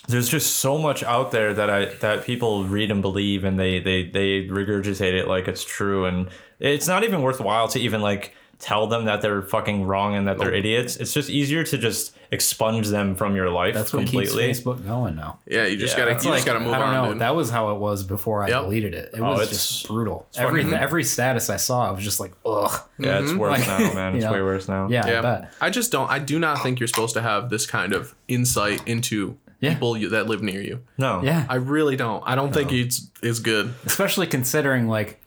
Speaker 2: there's just so much out there that I that people read and believe and they they they regurgitate it like it's true and it's not even worthwhile to even like tell them that they're fucking wrong and that they're idiots. It's just easier to just expunge them from your life
Speaker 5: That's what keeps
Speaker 2: completely.
Speaker 5: Facebook going now.
Speaker 1: Yeah, you just
Speaker 2: Yeah,
Speaker 1: gotta
Speaker 2: it's
Speaker 1: you
Speaker 2: like-
Speaker 1: just gotta move
Speaker 5: I don't
Speaker 1: on.
Speaker 5: know.
Speaker 1: dude.
Speaker 5: That was how it was before I
Speaker 1: Yep.
Speaker 5: deleted it. It
Speaker 2: Oh,
Speaker 5: was
Speaker 2: it's-
Speaker 5: just brutal. Every
Speaker 1: Mm-hmm.
Speaker 5: every status I saw, I was just like, ugh.
Speaker 2: Yeah, it's worse now, man. It's
Speaker 5: Mm-hmm. Yeah.
Speaker 2: way worse now.
Speaker 5: Yeah, I
Speaker 1: yeah,
Speaker 5: bet.
Speaker 1: I just don't. I do not think you're supposed to have this kind of insight into
Speaker 5: Yeah.
Speaker 1: people you, that live near you.
Speaker 2: No.
Speaker 5: Yeah,
Speaker 1: I really don't. I don't think it's is good.
Speaker 5: especially considering like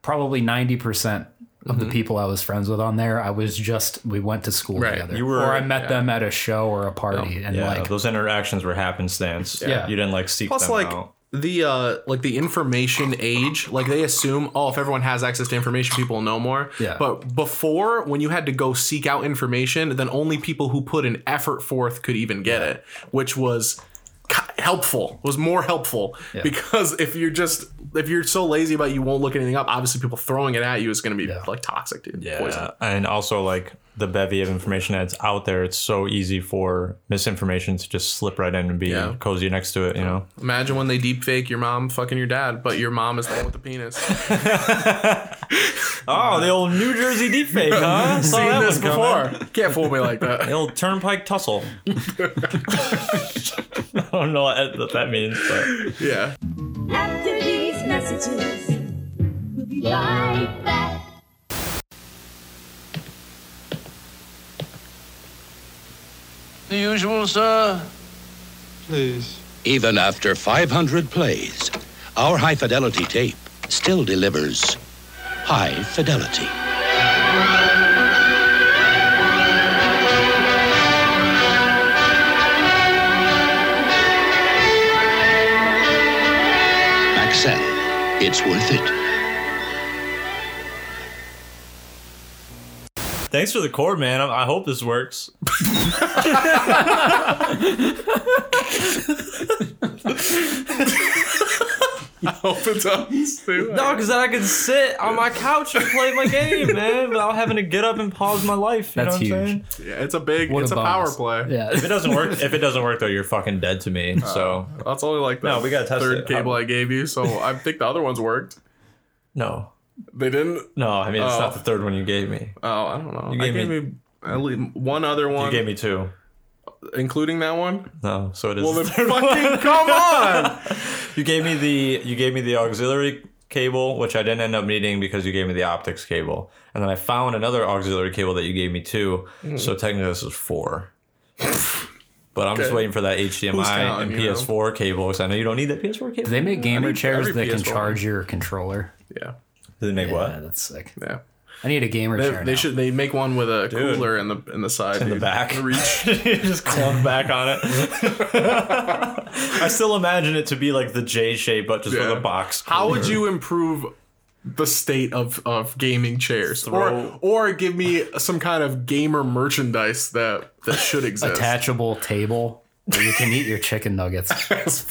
Speaker 5: probably ninety percent of the people I was friends with on there, I was just we went to school
Speaker 1: Mm-hmm. Right.
Speaker 5: together,
Speaker 2: You were-
Speaker 5: or I met them at a show or a party, and
Speaker 2: Yeah,
Speaker 5: like
Speaker 2: those interactions were happenstance.
Speaker 5: Yeah.
Speaker 2: You didn't like seek
Speaker 1: Plus,
Speaker 2: them
Speaker 1: like
Speaker 2: out.
Speaker 1: the uh like the information age, like they assume, oh, if everyone has access to information, people will know more.
Speaker 5: Yeah.
Speaker 1: But before, when you had to go seek out information, then only people who put an effort forth could even get it, which was ki- helpful was more helpful because if you're just if you're so lazy about it, you won't look anything up obviously people throwing it at you is going to be like toxic dude
Speaker 2: Yeah,
Speaker 1: poison
Speaker 2: and also like the bevy of information that's out there, it's so easy for misinformation to just slip right in and be
Speaker 1: Yeah.
Speaker 2: cozy next to it. You know,
Speaker 1: imagine when they deep fake your mom fucking your dad but your mom is the one with the penis
Speaker 2: oh, the old New Jersey deepfake, huh? Saw
Speaker 1: seen
Speaker 2: Oh, that
Speaker 1: this
Speaker 2: one coming.
Speaker 1: before can't fool me like that
Speaker 2: The old turnpike tussle. I don't know what that means, but
Speaker 1: yeah
Speaker 6: After these messages, we'll be right back.
Speaker 7: The usual, sir.
Speaker 8: Even after 500 plays, our high fidelity tape still delivers high fidelity. Maxell, it's worth it.
Speaker 2: thanks for the cord, man. I, I hope this works.
Speaker 1: opens up too.
Speaker 2: No, because Oh, then I can sit on my couch and play my game, man, without having to get up and pause my life. You
Speaker 5: That's
Speaker 2: know what I'm
Speaker 5: huge.
Speaker 2: saying?
Speaker 1: Yeah, it's a big,
Speaker 5: what
Speaker 1: it's a, power
Speaker 5: bonus.
Speaker 1: play.
Speaker 2: If it
Speaker 5: Yeah,
Speaker 2: doesn't work, if it doesn't work though, you're fucking dead to me. So
Speaker 1: That's only like the
Speaker 2: No, we gotta test
Speaker 1: third
Speaker 2: it.
Speaker 1: cable I gave you, so I think the other ones worked.
Speaker 2: no.
Speaker 1: They didn't.
Speaker 2: No, I mean it's
Speaker 1: Oh.
Speaker 2: not the third one you gave me.
Speaker 1: Oh, I don't know.
Speaker 2: You
Speaker 1: I
Speaker 2: gave
Speaker 1: gave
Speaker 2: me-
Speaker 1: me at least one other
Speaker 2: You
Speaker 1: one,
Speaker 2: gave me two.
Speaker 1: including that one.
Speaker 2: No, so it is.
Speaker 1: Well,
Speaker 2: the
Speaker 1: then
Speaker 2: third one.
Speaker 1: fucking come on!
Speaker 2: You gave me the you gave me the auxiliary cable, which I didn't end up needing because you gave me the optics cable, and then I found another auxiliary cable that you gave me too.
Speaker 1: Hmm.
Speaker 2: So technically, this is four. But I'm just
Speaker 1: Okay.
Speaker 2: waiting for that HDMI
Speaker 1: counting,
Speaker 2: and
Speaker 1: you know?
Speaker 2: PS4 cable because I know you don't need that PS4 cable.
Speaker 5: they make gamer
Speaker 1: need
Speaker 5: chairs
Speaker 1: every
Speaker 5: that can
Speaker 1: PS4.
Speaker 5: charge your controller.
Speaker 1: Yeah.
Speaker 2: Did they make
Speaker 5: Yeah,
Speaker 2: what?
Speaker 5: that's sick.
Speaker 1: Yeah.
Speaker 5: I need a gamer
Speaker 1: Uh, They,
Speaker 5: chair.
Speaker 1: they
Speaker 5: now.
Speaker 1: should they make one with a cooler in the in the side
Speaker 2: In the
Speaker 1: dude.
Speaker 2: back.
Speaker 1: reach.
Speaker 2: Just clump back on it. I still imagine it to be like the J shape, but just
Speaker 1: Yeah.
Speaker 2: with a box.
Speaker 1: How would
Speaker 2: corner.
Speaker 1: you improve the state of, of gaming chairs,
Speaker 2: Throw-
Speaker 1: or or give me some kind of gamer merchandise that that should exist?
Speaker 5: Attachable table where you can eat your chicken nuggets.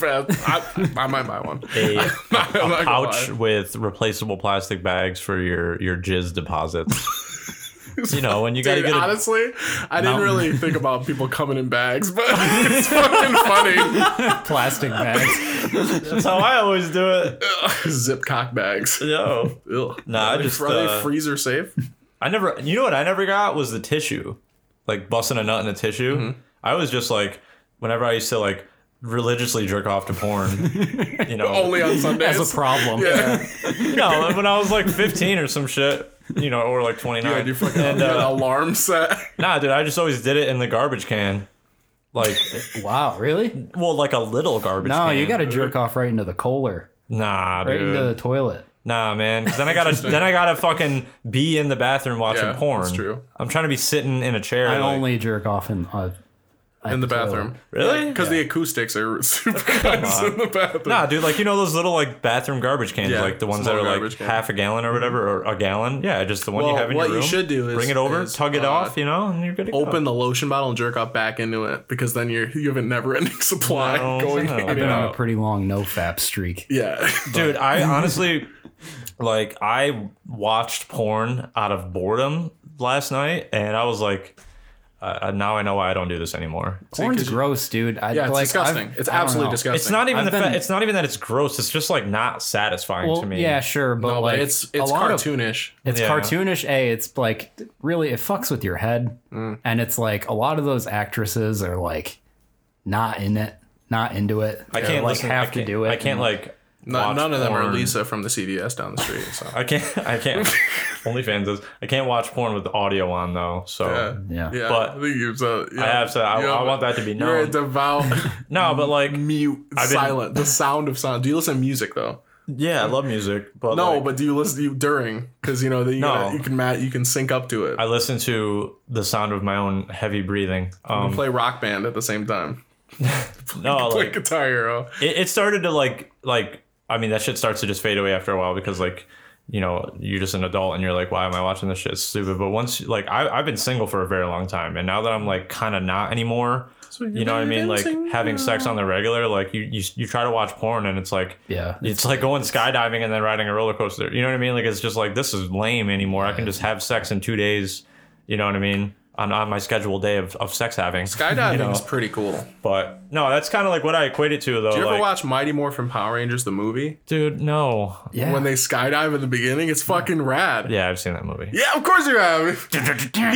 Speaker 1: I, I might buy one.
Speaker 2: a, a
Speaker 1: I'm not gonna
Speaker 2: pouch
Speaker 1: lie.
Speaker 2: with replaceable plastic bags for your your jizz deposits? you know, when you gotta
Speaker 1: Dude,
Speaker 2: get a,
Speaker 1: honestly, I didn't
Speaker 5: Mountain.
Speaker 1: really think about people coming in bags, but it's fucking funny.
Speaker 5: Plastic bags.
Speaker 2: that's how I always do it.
Speaker 1: Zip cock bags.
Speaker 2: No,
Speaker 1: Ugh.
Speaker 2: Nah, I
Speaker 1: are they,
Speaker 2: just,
Speaker 1: are they
Speaker 2: uh,
Speaker 1: freezer safe?
Speaker 2: I never. You know what I never got was the tissue, like busting a nut in a tissue.
Speaker 1: Mm-hmm.
Speaker 2: I was just like, whenever I used to like religiously jerk off to porn, you know,
Speaker 1: Only on Sundays.
Speaker 5: That's a problem.
Speaker 1: Oh, Yeah,
Speaker 2: no, when I was like 15 or some shit, you know, or like 29.
Speaker 1: yeah, you fucking
Speaker 2: and,
Speaker 1: you
Speaker 2: uh,
Speaker 1: got an alarm set.
Speaker 2: Nah, dude, I just always did it in the garbage can. Like,
Speaker 5: Wow, really?
Speaker 2: well, like a little garbage
Speaker 5: No,
Speaker 2: can.
Speaker 5: you got to jerk off right into the Kohler,
Speaker 2: Nah,
Speaker 5: right
Speaker 2: dude.
Speaker 5: into the toilet.
Speaker 2: Nah, man. 'cause then I gotta, then I gotta fucking be in the bathroom watching
Speaker 1: Yeah,
Speaker 2: porn.
Speaker 1: that's true.
Speaker 2: I'm trying to be sitting in a chair.
Speaker 5: I
Speaker 2: like-
Speaker 5: only jerk off in uh,
Speaker 1: in the
Speaker 5: toilet.
Speaker 1: bathroom.
Speaker 2: Really?
Speaker 1: Because the acoustics are super good in the bathroom.
Speaker 2: Nah, dude, like you know those little like bathroom garbage cans,
Speaker 1: Yeah,
Speaker 2: like the ones that
Speaker 1: small
Speaker 2: are like
Speaker 1: garbage can. Mm-hmm.
Speaker 2: half a gallon or whatever, or a gallon. Yeah, just the one you
Speaker 1: Well,
Speaker 2: have in
Speaker 1: what
Speaker 2: your
Speaker 1: you
Speaker 2: room.
Speaker 1: should do is-
Speaker 2: bring it over,
Speaker 1: is,
Speaker 2: tug it
Speaker 1: uh,
Speaker 2: off, you know, and you're good to go.
Speaker 1: Open the lotion bottle and jerk off back into it because then you're you have a never ending supply
Speaker 2: No,
Speaker 1: going
Speaker 2: no.
Speaker 1: in
Speaker 2: I've
Speaker 1: and
Speaker 5: Been on a
Speaker 1: out.
Speaker 5: pretty long no fap streak.
Speaker 1: yeah.
Speaker 2: dude i honestly like i watched porn out of boredom last night and i was like uh, now i know why i don't do this anymore
Speaker 5: Porn's gross, dude. I,
Speaker 1: Yeah, it's
Speaker 5: like,
Speaker 1: disgusting.
Speaker 5: I've-
Speaker 1: it's
Speaker 5: I don't
Speaker 1: absolutely
Speaker 5: know.
Speaker 1: disgusting.
Speaker 2: it's not even
Speaker 5: I've
Speaker 2: the fa-
Speaker 5: been-
Speaker 2: it's not even that it's gross it's just like not satisfying
Speaker 5: Well,
Speaker 2: to me
Speaker 5: yeah, sure, but
Speaker 1: No,
Speaker 5: like
Speaker 1: but it's
Speaker 5: a
Speaker 1: it's
Speaker 5: lot of-
Speaker 1: cartoonish.
Speaker 5: It's
Speaker 2: Yeah.
Speaker 5: cartoonish. A, it's like really it fucks with your head,
Speaker 1: Mm.
Speaker 5: and it's like a lot of those actresses are like not in it, not into it.
Speaker 2: i can't
Speaker 5: like
Speaker 2: listen- I
Speaker 5: have to
Speaker 2: can't-
Speaker 5: do it.
Speaker 2: i can't like
Speaker 1: No-
Speaker 2: watch
Speaker 1: none of them are
Speaker 2: porn.
Speaker 1: Lisa from the CVS down the street. So.
Speaker 2: i can't i can't onlyfans does i can't watch porn with audio on though so
Speaker 5: Oh, Yeah.
Speaker 1: yeah.
Speaker 2: But
Speaker 1: I think you so, yeah,
Speaker 2: I have said I,
Speaker 1: you
Speaker 2: I
Speaker 1: have-
Speaker 2: want that to be
Speaker 1: You're a
Speaker 2: known.
Speaker 1: devout
Speaker 2: No, but like,
Speaker 1: mute
Speaker 2: I've been-
Speaker 1: silent. The sound of sound. Do you listen to music though?
Speaker 2: yeah, I love music, but
Speaker 1: No,
Speaker 2: like,
Speaker 1: but do you listen you during? Because you know that you,
Speaker 2: No.
Speaker 1: gotta- you can Matt you can sync up to it.
Speaker 2: I listen to the sound of my own heavy breathing. Um,
Speaker 1: play rock band at the same time.
Speaker 2: no,
Speaker 1: play
Speaker 2: like,
Speaker 1: guitar hero.
Speaker 2: it, it started to like like I mean that shit starts to just fade away after a while because like you know you're just an adult and you're like why am I watching this shit it's stupid but once like I, I've been single for a very long time and now that I'm like kind of not anymore you know what I mean like having sex on the regular like you, you you try to watch porn and it's like
Speaker 5: Yeah.
Speaker 2: it's like going skydiving and then riding a roller coaster you know what I mean like it's just like this is lame anymore I can just have sex in two days you know what I mean on, on my scheduled day of, of sex having
Speaker 1: Skydiving
Speaker 2: you know?
Speaker 1: is pretty cool.
Speaker 2: but no that's kind of like what I equate it to though
Speaker 1: Do you
Speaker 2: like,
Speaker 1: ever watch Mighty Morphin Power Rangers the movie?
Speaker 2: Dude, no.
Speaker 5: Yeah.
Speaker 1: When they skydive in the beginning, it's fucking rad.
Speaker 2: Yeah, I've seen that movie.
Speaker 1: Yeah, of course you have. He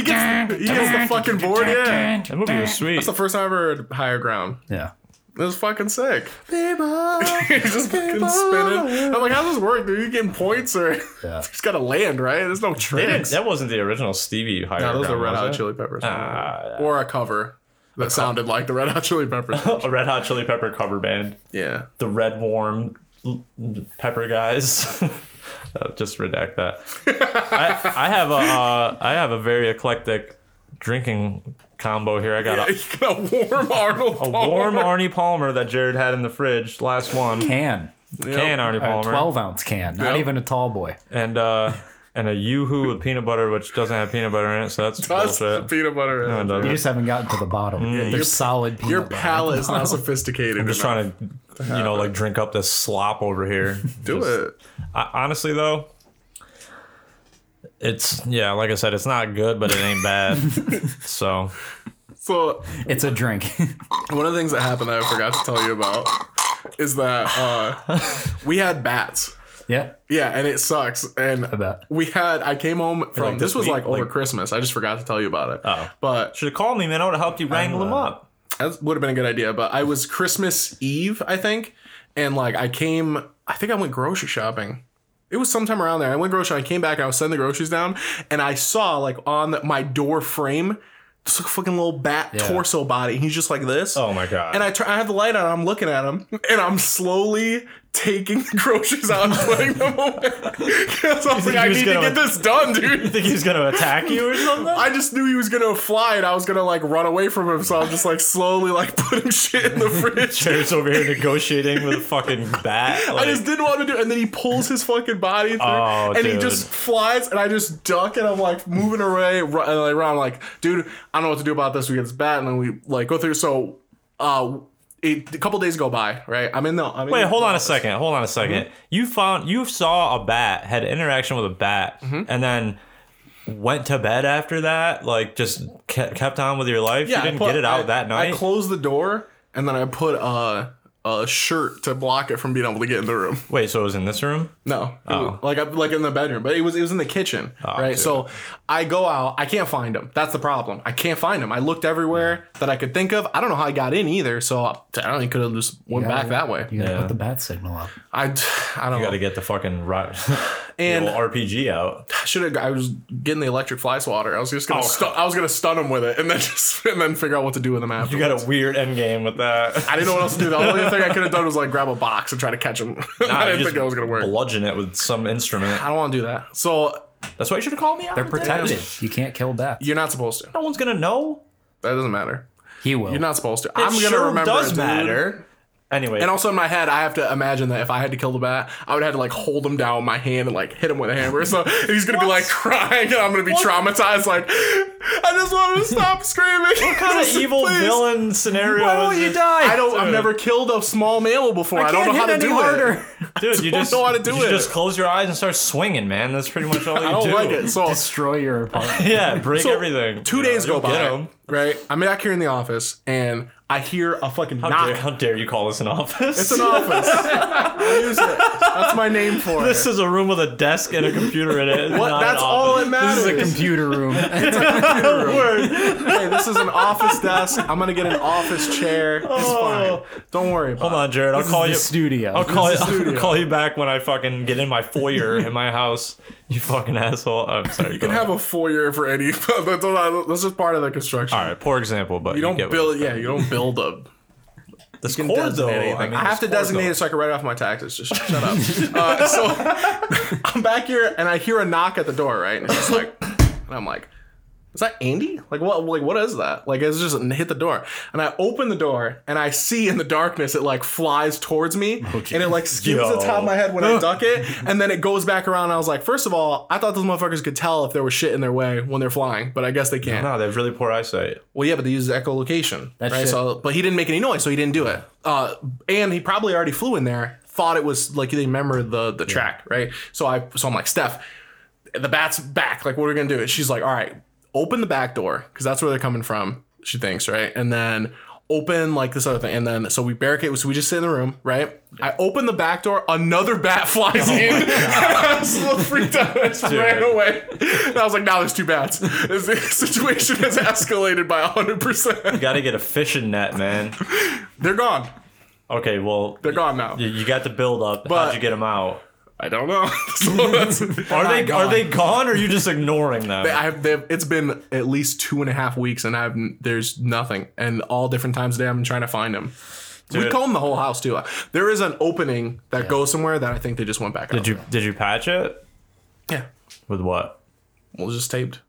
Speaker 1: gets, he gets the fucking board. Yeah,
Speaker 2: That movie was sweet.
Speaker 1: that's the first time I ever heard higher ground.
Speaker 5: yeah.
Speaker 1: It was fucking sick. He's just fucking spinning. I'm like, how does this work? Dude, you getting points or?
Speaker 5: Yeah.
Speaker 1: He's got to land right. There's no
Speaker 2: They didn't-
Speaker 1: tricks.
Speaker 2: that wasn't the original Stevie Higher
Speaker 1: No, those are
Speaker 2: Ground,
Speaker 1: Red
Speaker 2: was
Speaker 1: Hot
Speaker 2: it?
Speaker 1: Chili Peppers,
Speaker 2: Ah,
Speaker 1: or a cover that sounded like the Red Hot Chili Peppers.
Speaker 2: A Red Hot Chili Pepper cover band.
Speaker 1: yeah,
Speaker 2: The Red Warm l- Pepper guys. Uh, Just redact that. I, I have a uh, I have a very eclectic drinking combo here. I got a,
Speaker 1: you got a warm Arnold.
Speaker 2: a warm Arnie Palmer that Jared had in the fridge. Last one
Speaker 5: Can
Speaker 2: can
Speaker 1: uh,
Speaker 2: Arnie
Speaker 5: a
Speaker 2: Palmer.
Speaker 5: twelve ounce can, not
Speaker 1: Yep.
Speaker 5: even a tall boy.
Speaker 2: and uh and a yoo-hoo with peanut butter which doesn't have peanut butter in it so that's
Speaker 1: That's the
Speaker 2: bullshit
Speaker 1: peanut butter.
Speaker 2: No, it doesn't.
Speaker 5: You just haven't gotten to the bottom.
Speaker 2: Mm.
Speaker 5: They're
Speaker 1: Your-
Speaker 5: solid. Peanut
Speaker 1: Your
Speaker 5: butter.
Speaker 1: palate is not sophisticated.
Speaker 2: I'm just
Speaker 1: enough.
Speaker 2: trying to you know like drink up this slop over here
Speaker 1: do it.
Speaker 2: I, honestly though it's yeah like i said it's not good but it ain't bad so
Speaker 1: So
Speaker 5: It's a drink.
Speaker 1: one of the things that happened that I forgot to tell you about is that uh, we had bats.
Speaker 5: yeah.
Speaker 1: Yeah, and it sucks. And
Speaker 5: bet.
Speaker 1: we had. I came home from
Speaker 2: Like
Speaker 1: this,
Speaker 2: this
Speaker 1: was
Speaker 2: week?
Speaker 1: like over
Speaker 2: Like-
Speaker 1: Christmas. I just forgot to tell you about it.
Speaker 2: Oh.
Speaker 1: but
Speaker 2: should have called me man i would have helped you wrangle them up
Speaker 1: that would have been a good idea. But I was Christmas Eve, I think, and like I came. I think I went grocery shopping. It was sometime around there. I went grocery. I came back. and I was setting the groceries down, and I saw like on the, my door frame, this fucking little bat torso body. He's just like this.
Speaker 2: oh my god
Speaker 1: And I, tur- I have the light on. I'm looking at him, and I'm slowly taking the groceries out and putting them away. 'Cause I was like,
Speaker 2: think he
Speaker 1: I
Speaker 2: was
Speaker 1: need to
Speaker 2: gonna-
Speaker 1: get this done,
Speaker 2: You
Speaker 1: dude.
Speaker 2: think he's gonna attack you or something?
Speaker 1: I just knew he was gonna fly and I was gonna like run away from him, so I'm just like slowly like putting shit in the fridge.
Speaker 2: Jared's over here negotiating with a fucking bat.
Speaker 1: I just didn't want to do it. And then he pulls his fucking body through
Speaker 2: Oh,
Speaker 1: and he
Speaker 2: dude.
Speaker 1: just flies and I just duck and I'm like moving away ru- and like around like, dude, I don't know what to do about this. We get this bat and then we like go through. So uh it, a couple days go by, right? I'm in the I'm in
Speaker 2: Wait,
Speaker 1: the-
Speaker 2: hold on a second. Hold on a 2nd You found you saw a bat, had interaction with a bat, and then went to bed after that. Like just kept, kept on with your life. you
Speaker 1: I
Speaker 2: didn't
Speaker 1: put-
Speaker 2: get it out
Speaker 1: I-
Speaker 2: that night.
Speaker 1: I closed the door and then I put a, a shirt to block it from being able to get in the room.
Speaker 2: Wait, so it was in this room?
Speaker 1: No, It was- like I- like in the bedroom, but it was it was in the kitchen, right?
Speaker 2: Oh. dude.
Speaker 1: So I go out, I can't find him. That's the problem. I can't find him. I looked everywhere that I could think of. I don't know how I got in either. So I don't. know, He could have just went
Speaker 5: Yeah.
Speaker 1: back that way.
Speaker 5: You gotta
Speaker 2: Yeah.
Speaker 5: put the bat signal up.
Speaker 1: I I don't
Speaker 2: You got
Speaker 1: know.
Speaker 2: to get the fucking ro-
Speaker 1: Oh. And-
Speaker 2: little RPG out.
Speaker 1: I should have. I was getting the electric fly swatter. I was just gonna.
Speaker 2: Oh.
Speaker 1: Stu- I was gonna stun him with it, and then just and then figure out what to do with him after.
Speaker 2: You got a weird end game with that.
Speaker 1: I didn't know what else to do. The only thing I could have done was like grab a box and try to catch him. I didn't think that was gonna work.
Speaker 2: Bludgeon it with some instrument.
Speaker 1: I don't want to do that. So
Speaker 2: That's why you should have called me out.
Speaker 5: They're
Speaker 2: with that.
Speaker 5: protected. You can't kill bats.
Speaker 1: you're not supposed to.
Speaker 2: No one's gonna know.
Speaker 1: That doesn't matter.
Speaker 5: He will.
Speaker 1: You're not supposed to. I'm gonna
Speaker 2: sure
Speaker 1: remember.
Speaker 2: does
Speaker 1: it, dude.
Speaker 2: matter. Anyway,
Speaker 1: And also in my head, I have to imagine that if I had to kill the bat, I would have had to like hold him down with my hand and like hit him with a hammer. So and he's gonna be like crying, and I'm gonna be traumatized. Like I just want him to stop screaming. What
Speaker 2: kind of evil villain scenario. Why
Speaker 1: will you
Speaker 2: die?
Speaker 1: I don't. I've never killed a small mammal before. I, don't know how to do it.
Speaker 2: Dude, you
Speaker 1: don't
Speaker 2: just
Speaker 1: know how to do
Speaker 2: you
Speaker 1: it.
Speaker 2: Just close your eyes and start swinging, man. That's pretty much all you
Speaker 1: I don't
Speaker 2: do.
Speaker 1: like it. So
Speaker 5: Destroy your apartment.
Speaker 2: Yeah, break
Speaker 1: So,
Speaker 2: everything.
Speaker 1: Two
Speaker 2: You
Speaker 1: days
Speaker 2: know,
Speaker 1: go by,
Speaker 2: you'll get 'em.
Speaker 1: right? I'm back here in the office, and I hear a fucking
Speaker 2: How
Speaker 1: knock.
Speaker 2: dare, how dare you call this an office?
Speaker 1: It's an office. I use it. That's my name for
Speaker 2: this
Speaker 1: it.
Speaker 2: is a room with a desk and a computer in it.
Speaker 1: What?
Speaker 2: not an
Speaker 1: That's all
Speaker 2: office.
Speaker 1: it matters.
Speaker 5: Computer room.
Speaker 1: hey, this is an office desk. I'm gonna get an office chair. It's fine. Don't worry about
Speaker 2: Oh. Hold on, Jared. I'll call
Speaker 5: the
Speaker 2: you.
Speaker 5: studio.
Speaker 2: I'll call you.
Speaker 1: the
Speaker 2: I'll
Speaker 1: studio.
Speaker 2: call you back when I fucking get in my foyer in my house. You fucking asshole. I'm sorry.
Speaker 1: it. You can
Speaker 2: go
Speaker 1: have
Speaker 2: on.
Speaker 1: a foyer for any. that's not- that's just part of the construction.
Speaker 2: All right, poor example, but
Speaker 1: You don't
Speaker 2: get what-
Speaker 1: build. Yeah, you don't build a.
Speaker 2: this
Speaker 1: You can
Speaker 2: cord though.
Speaker 1: designate anything. I,
Speaker 2: mean,
Speaker 1: have
Speaker 2: this
Speaker 1: to
Speaker 2: cord,
Speaker 1: designate
Speaker 2: though.
Speaker 1: it so I can write off my taxes. Just shut up. uh, so I'm back here and I hear a knock at the door. Right, and it's just like, and I'm like, is that Andy? Like what? Like what is that? Like it's just hit the door, and I open the door and I see in the darkness it like flies towards me, and it like skims
Speaker 2: Yo.
Speaker 1: the top of my head when I duck it, and then it goes back around. And I was like, first of all, I thought those motherfuckers could tell if there was shit in their way when they're flying, but I guess they can't.
Speaker 2: No, they have really poor eyesight.
Speaker 1: Well, yeah, but they use echolocation,
Speaker 5: That
Speaker 1: right?
Speaker 5: shit-
Speaker 1: So, but he didn't make any noise, so he didn't do it. Uh, and he probably already flew in there, thought it was like they remember the the track, right? So I, so I'm like, Steph, the bat's back. Like, what are we gonna do? And she's like, all right, open the back door because that's where they're coming from. She thinks, right? And then open like this other thing, and then so we barricade. So we just sit in the room, right? I open the back door, another bat flies in. I was so freaked out. I just ran away. And I was like, now there's two bats. This this situation has escalated by hundred percent.
Speaker 2: You gotta get a fishing net, man.
Speaker 1: They're gone.
Speaker 2: Okay, well,
Speaker 1: They're gone now.
Speaker 2: you, you got the build up. How'd
Speaker 1: But-
Speaker 2: you get them out?
Speaker 1: I don't know. Oh So that's-
Speaker 2: Are they are they gone or are you just ignoring them?
Speaker 1: I have, they have, it's been at least two and a half weeks, and I've there's nothing, and all different times of day I'm trying to find him. We
Speaker 2: Dude.
Speaker 1: comb the whole house too. There is an opening that goes somewhere that I think they just went back.
Speaker 2: did you did you patch it
Speaker 1: Yeah.
Speaker 2: with what?
Speaker 1: Well, it's just taped.